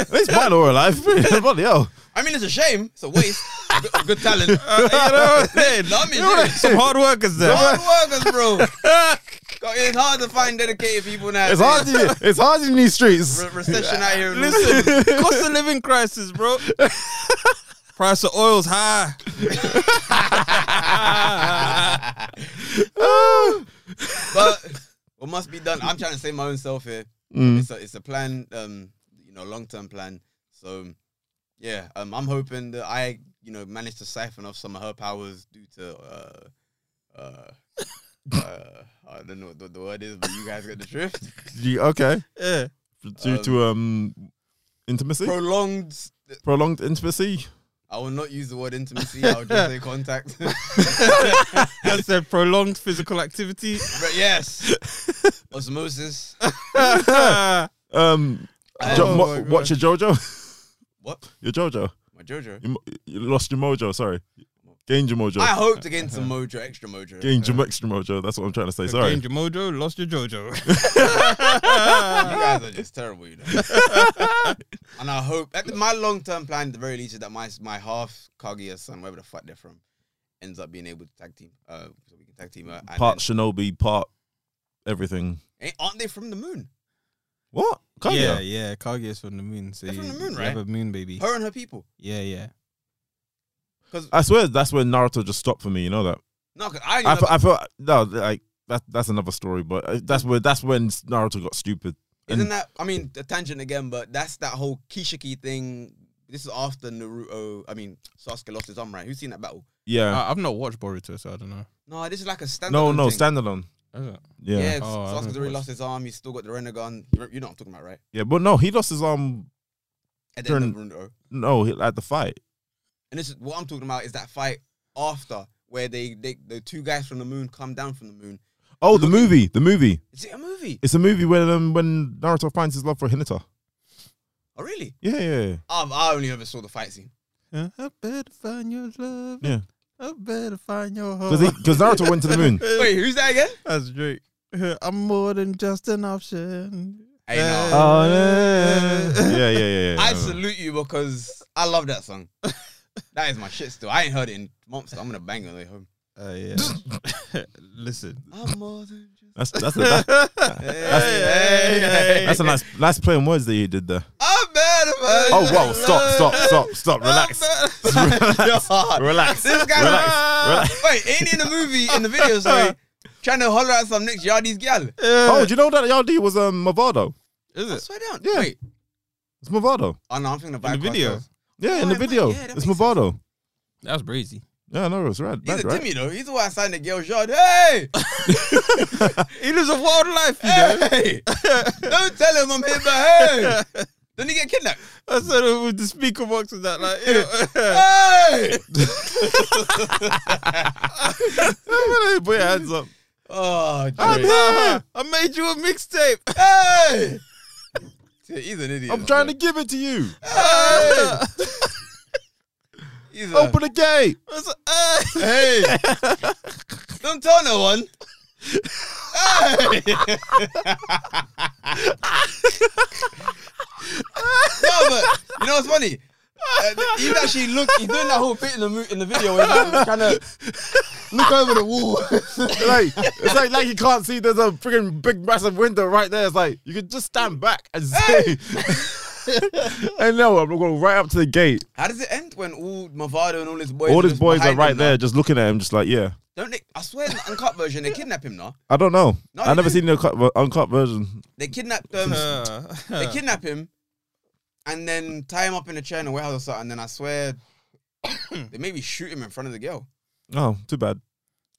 S1: At least mine are alive. *laughs* Bloody hell.
S3: I mean, it's a shame. It's a waste. of good, of good
S1: *laughs*
S3: talent.
S2: you know what I'm
S3: *laughs*
S2: saying?
S3: No, I mean,
S1: You know what I-
S3: dude,
S2: Some hard workers there.
S1: *laughs*
S2: *laughs*
S3: hard workers, bro. God, Oh, It's hard to find dedicated people now.
S1: It's hard. In, it's hard in these streets.
S3: Re- recession out here. in
S1: *laughs*
S3: London.
S2: Listen, cost of living crisis, bro. Price of oil's
S1: *laughs*
S2: high.
S1: Ah.
S3: but what must be done? I'm trying to save my own self here.
S1: Mm.
S3: It's a it's a plan, um, you know, long term plan. So yeah, um, I'm hoping that I, you know, manage to siphon off some of her powers due to uh, uh, uh I don't know what the, the word is, but you guys get the drift.
S1: You- okay.
S2: Yeah.
S1: Due to um intimacy,
S3: Prolonged.
S1: prolonged intimacy.
S3: I will not use the word intimacy. I will just say contact. *laughs*
S2: That's their prolonged
S1: *laughs*
S2: physical activity.
S3: but yes, osmosis.
S2: Ah.
S1: Um, jo-
S2: Oh
S1: mo-
S2: my God.
S1: watch your JoJo. *laughs*
S3: What?
S1: Your JoJo.
S3: My JoJo.
S1: You, mo- you lost your mojo. Sorry, gained your mojo.
S3: I hope to gain some mojo, extra mojo.
S1: gained your extra mojo. That's what I'm trying to say. Sorry.
S2: Gained your mojo, lost
S1: *laughs*
S2: your jojo. *laughs*
S3: You guys are just terrible, you know. and I hope at my long term plan, at the very least, is that my my half Kaguya son, wherever the fuck they're from, ends up being able to tag team. Uh, so we can tag team. Uh, and
S1: part Shinobi, part everything.
S3: then- Ain't- aren't they from the moon?
S1: What? Kanye?
S2: yeah, yeah. Kage is from the moon. So
S3: They're from
S2: you-
S3: the moon,
S2: you
S3: right? Oh.
S2: Have a moon baby.
S3: Her and her people.
S2: Yeah, yeah.
S1: I swear that's where Naruto just stopped for me. You know that.
S3: No, cause I,
S1: I,
S3: I,
S1: fe- I felt no like that. That's another story, but uh, that's where that's when Naruto got stupid.
S3: isn't that? I mean, a tangent again, but that's that whole Kishiki thing. This is after Naruto. I mean, Sasuke lost his arm, right? Who's seen that battle?
S1: Yeah.
S2: I, I've not watched Boruto, so I don't know.
S3: No, this is like a standard.
S1: no, no,
S3: thing.
S1: standalone.
S2: Is it?
S1: Yeah.
S3: Yeah,
S1: yeah,
S2: Oh, I
S3: Sasuke's
S2: haven't
S3: already
S2: watched
S3: lost his arm. He's still got the Renegon. You you know what I'm talking about, right?
S1: But no, he lost his arm.
S3: At the end of
S1: During-
S3: Naruto.
S1: No, he- at the fight.
S3: and this is what I'm talking about is that fight after where they, they the two guys from the moon come down from the moon.
S1: Oh, the movie. The movie.
S3: Is it a movie?
S1: It's a movie when um, when Naruto finds his love for Hinata.
S3: Oh really?
S1: Yeah, yeah, *laughs* yeah.
S3: Um, I only ever saw the fight scene.
S2: Yeah, I better find your love.
S1: Yeah.
S2: I better find your
S1: Because
S2: *laughs* home.
S1: Naruto
S3: *laughs*
S1: went to the moon.
S3: Wait, who's that again?
S2: That's Drake. I'm more than just an option. Oh,
S3: Hey, no.
S2: Uh, *laughs*
S1: yeah, yeah, yeah. yeah,
S3: I
S1: yeah.
S3: salute you because I love that song. *laughs* that is my shit still. I ain't heard it in months. I'm gonna bang it on the way home.
S2: Uh, yeah. *laughs* Listen.
S3: I'm more than just.
S1: That's that's a, that,
S3: *laughs* Hey, hey,
S1: that's a nice nice play on words that you
S3: *laughs*
S1: did there.
S3: I'm mad about
S1: Oh wow! Stop! Stop! Stop! Stop!
S3: *laughs*
S1: Relax. relax. Relax.
S3: This guy- uh,
S1: relax. relax.
S3: Wait, ain't he in the movie, in the video, sorry,
S2: *laughs*
S3: trying to holler at some next Yardies gal?
S1: *laughs* Oh, do you know that y'all D was um Movado?
S2: Is
S3: I
S2: it?
S3: swear down.
S1: Yeah.
S3: Wait.
S1: It's Movado.
S3: Oh, no, I'm thinking of
S2: In the
S3: Viacom
S2: video.
S3: Stars.
S1: Yeah,
S3: Oh,
S1: in the
S3: it might-
S1: video,
S3: yeah, that
S1: it's
S3: makes
S1: Movado.
S2: That was breezy.
S1: Yeah, no, it's right.
S3: He's
S1: That's
S3: a
S1: right.
S3: Timmy, though. He's the one I signed the girl's yard.
S2: *laughs*
S3: Hey!
S2: He lives a wild life, you know.
S3: hey! *laughs* Don't tell him I'm here, but hey!
S2: *laughs*
S3: Then he get kidnapped.
S2: I said it with the speaker box and that, like,
S3: *laughs*
S2: you know. *laughs*
S3: Hey!
S1: Put your hands up.
S3: Oh,
S1: I'm
S3: Drake.
S1: here.
S2: I made you a mixtape.
S3: Hey! *laughs* He's an idiot.
S1: I'm trying to give it to you.
S3: Hey!
S2: *laughs*
S3: He's a,
S1: Open the gate.
S2: I was like, "Hey."
S3: Hey! Don't tell no one. hey! *laughs* no, but you know what's funny? Uh, he's actually look. He's doing that whole bit in the mo- in the video where
S2: *laughs*
S3: he's like, trying to look over the wall.
S1: *laughs* Like it's like like you can't see. There's a freaking big massive window right there. It's like you could just stand back and see. *laughs* and no, I'm going right up to the gate.
S3: How does it end when all Mavado and all his boys?
S1: All
S3: are
S1: his
S3: just
S1: boys are
S3: behind
S1: right
S3: him now?
S1: there, just looking at him, just like yeah.
S3: Don't they? I swear, in the uncut version, they kidnap him now.
S1: I don't know.
S3: No,
S1: I
S3: they
S1: never
S3: do.
S1: seen the uncut, uncut version.
S3: They kidnap them. they kidnap him and then tie him up in a chair in a warehouse or something. And then I swear they maybe shoot him in front of the girl.
S1: Oh, too bad.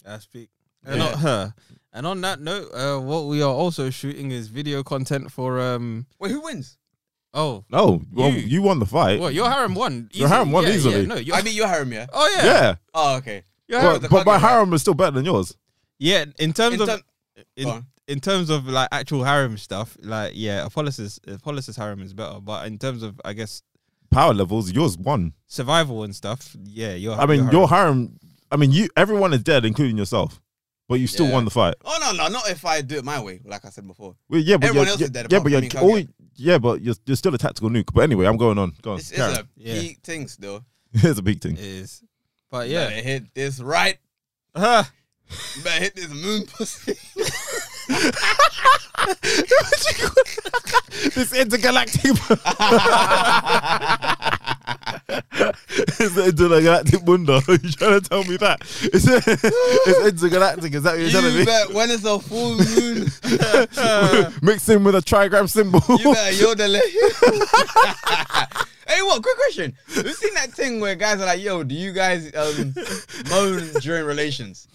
S2: I speak. And, on, *laughs* huh. and on that note, uh, what we are also shooting is video content for um.
S3: Wait, who wins?
S2: Oh,
S1: No, well,
S2: You-
S1: you, won the fight.
S2: well, your Harem won.
S1: Your harem won
S2: Yeah, yeah,
S1: easily.
S2: no, your,
S3: I mean, you're Harem, yeah?
S2: oh yeah, yeah.
S1: yeah,
S3: Oh, okay.
S2: Your harem,
S1: but,
S3: was a
S1: but my
S3: cocky one.
S1: harem is still better than yours.
S2: yeah. In terms
S3: In
S2: of
S3: term-
S2: in,
S3: Go on.
S2: in terms of like actual Harem stuff, like yeah, Apollo's Apollo's Harem is better. But in terms of I guess
S1: Power levels, yours won.
S2: survival and stuff, yeah, your.
S1: I mean, your harem. I mean, you. Everyone is dead, including yourself. But you still
S3: Yeah.
S1: won the fight.
S3: oh, no, no, not if I do it my way, like I said before.
S1: Well, yeah, but
S3: Everyone
S1: you're-
S3: else is dead
S1: Yeah,
S3: apart
S1: but
S3: from
S1: you're
S3: me,
S1: all.
S3: Kage.
S1: Yeah, but you're, you're still a tactical nuke. But anyway, I'm going on. Go on. *laughs*
S3: This is
S1: carry
S3: a
S1: on.
S2: Yeah.
S3: peak thing still.
S1: Here's a big thing.
S2: is,
S1: Uh,
S2: but
S3: Yeah.
S2: yeah,
S3: Better hit this right.
S2: Huh.
S3: You better hit this moon pussy.
S1: this intergalactic. *laughs* it's the intergalactic *laughs* mundo. you trying to tell me that? It's, *laughs*
S3: *laughs*
S1: it's intergalactic. *laughs* Is that what you're
S3: you
S1: telling
S3: bet when it's a full moon,
S1: *laughs* me? Mixed in with a trigram symbol.
S3: you better yodel it. *laughs* Hey, what? Quick question. Have you seen that thing where guys are like, yo, do you guys um, moan during relations?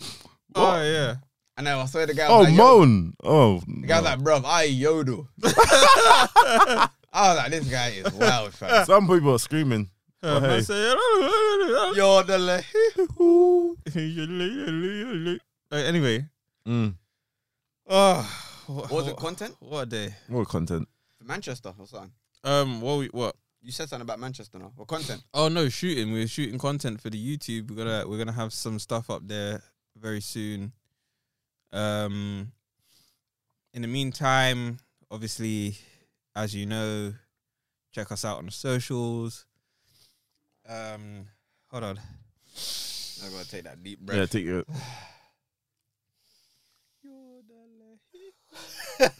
S2: oh yeah.
S3: And I swear the guy was
S1: *laughs* oh,
S3: like, yo.
S1: moan. Oh,
S3: The guy
S1: no.
S3: was like, bruv, I yodel. I was like, this guy is wild,
S1: *laughs*
S3: fam.
S1: some people are screaming.
S2: Uh,
S1: But
S2: I
S1: Oh, hey.
S2: say-
S3: Yodel.
S2: *laughs* Uh, anyway,
S1: Mm,
S2: oh, what,
S3: What was the content?
S2: What a day.
S1: more content.
S3: Manchester or something.
S2: Um, what we what?
S3: You said something about Manchester now. Or content.
S2: Oh no, shooting. We're shooting content for the YouTube. We're gonna we're gonna have some stuff up there very soon. Um, in the meantime, obviously, as you know, check us out on the socials. Um, hold on.
S3: I'm going to take that deep
S1: Yeah,
S3: breath.
S1: take
S3: *laughs*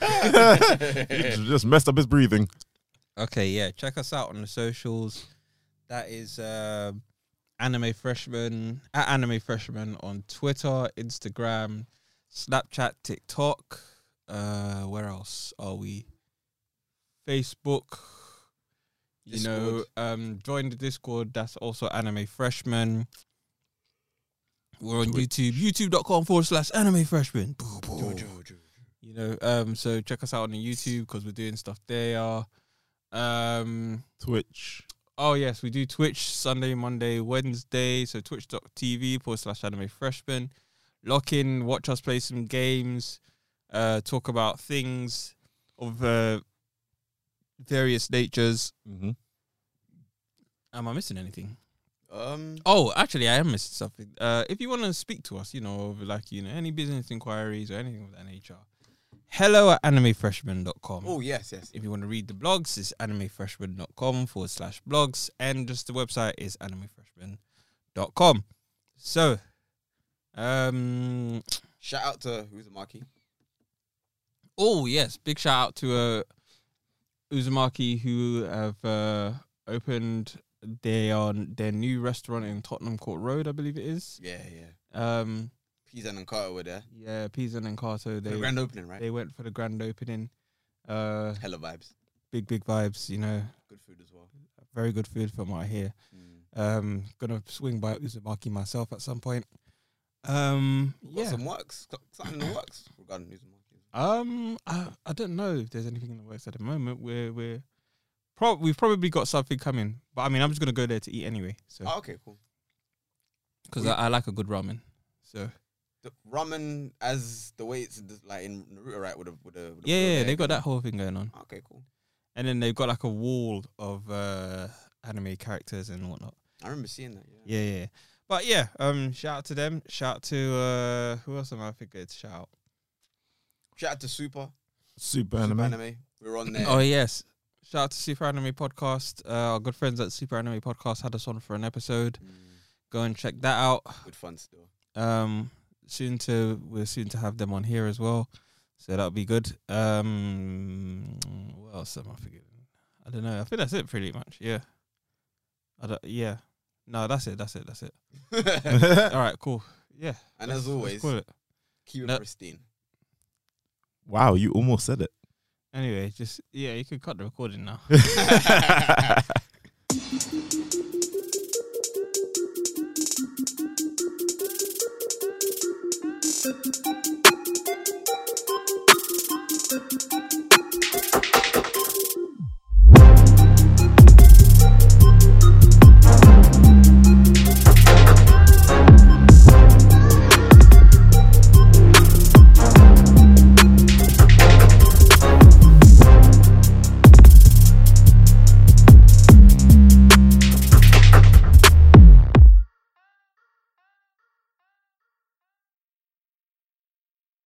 S1: *laughs* it. Just messed up his breathing.
S2: Okay, yeah, check us out on the socials. That is uh, Anime Freshman at Anime Freshman on Twitter, Instagram, Snapchat, TikTok. Uh, where else are we? Facebook. You know,
S3: Discord.
S2: um, join the Discord. That's also Anime Freshman. We're on YouTube, youtube.com forward slash anime freshman. Boo, boo. You know, um, so check us out on the YouTube because we're doing stuff there. Um,
S1: Twitch.
S2: oh yes, we do Twitch Sunday, Monday, Wednesday. So twitch.tv forward slash anime freshman. Lock in, watch us play some games, uh, talk about things of uh, various natures.
S1: Mm-hmm.
S2: Am I missing anything?
S3: Um,
S2: Oh, actually, I am missing something. Uh, if you want to speak to us, you know, over like you know any business inquiries or anything of that nature, hello at animefreshman.com.
S3: Oh yes, yes.
S2: If you want to read the blogs, it's animefreshman.com forward slash blogs. And just the website is animefreshman.com. So, um,
S3: Shout out to who's Maki.
S2: oh, yes, big shout out to uh, Uzumaki who have uh, opened their, um, their new restaurant in Tottenham Court Road, I believe it is.
S3: Yeah, yeah.
S2: Um,
S3: Pizan and Carter were there.
S2: yeah, Pisa and Encarto,
S3: The
S2: they,
S3: grand opening, right?
S2: they went for the grand opening. Uh,
S3: Hella vibes.
S2: big, big vibes, you know,
S3: Good food as well.
S2: very good food from what I hear.
S3: Mm.
S2: Um, gonna swing by Uzumaki myself at some point. Um,
S3: Got
S2: yeah.
S3: some works. Got something in the works regarding who's Maki.
S2: um, I, I don't know if there's anything in the works at the moment. We're we're prob we've probably got something coming, but I mean, I'm just gonna go there to eat anyway. So
S3: Oh, okay, cool.
S2: because I, I like a good ramen. So
S3: The ramen as the way it's d- like in Naruto, right? With a with a with a
S2: yeah,
S3: bow
S2: yeah,
S3: there.
S2: they've got that whole thing going on,
S3: Ah, Okay, cool.
S2: and then they've got like a wall of uh anime characters and whatnot.
S3: I remember seeing that. Yeah.
S2: Yeah, yeah. yeah. But yeah, um, shout out to them. Shout out to uh, who else am I forgetting to shout out?
S3: Shout out to Super
S1: Super
S3: Super
S1: anime.
S3: Anime. We
S2: *laughs*
S3: were on there.
S2: Oh yes. Shout out to Super Anime Podcast. Uh, our good friends at Super Anime Podcast had us on for an episode.
S3: Mm,
S2: Go and check that out.
S3: good
S2: *laughs*
S3: fun still. *laughs*
S2: Um, soon to we're soon to have them on here as well, so that'll be good. Um, what else am I forgetting? I don't know. I think that's it pretty much. Yeah. I don't, yeah. No, that's it. That's it. That's
S3: *laughs*
S2: it. All right. Cool. Yeah.
S3: and
S2: let's-
S3: as
S2: let's
S3: always,
S2: call it.
S3: keep it
S2: No.
S3: pristine.
S1: wow, you almost said it.
S2: Anyway, just yeah, you can cut the recording now.
S1: *laughs*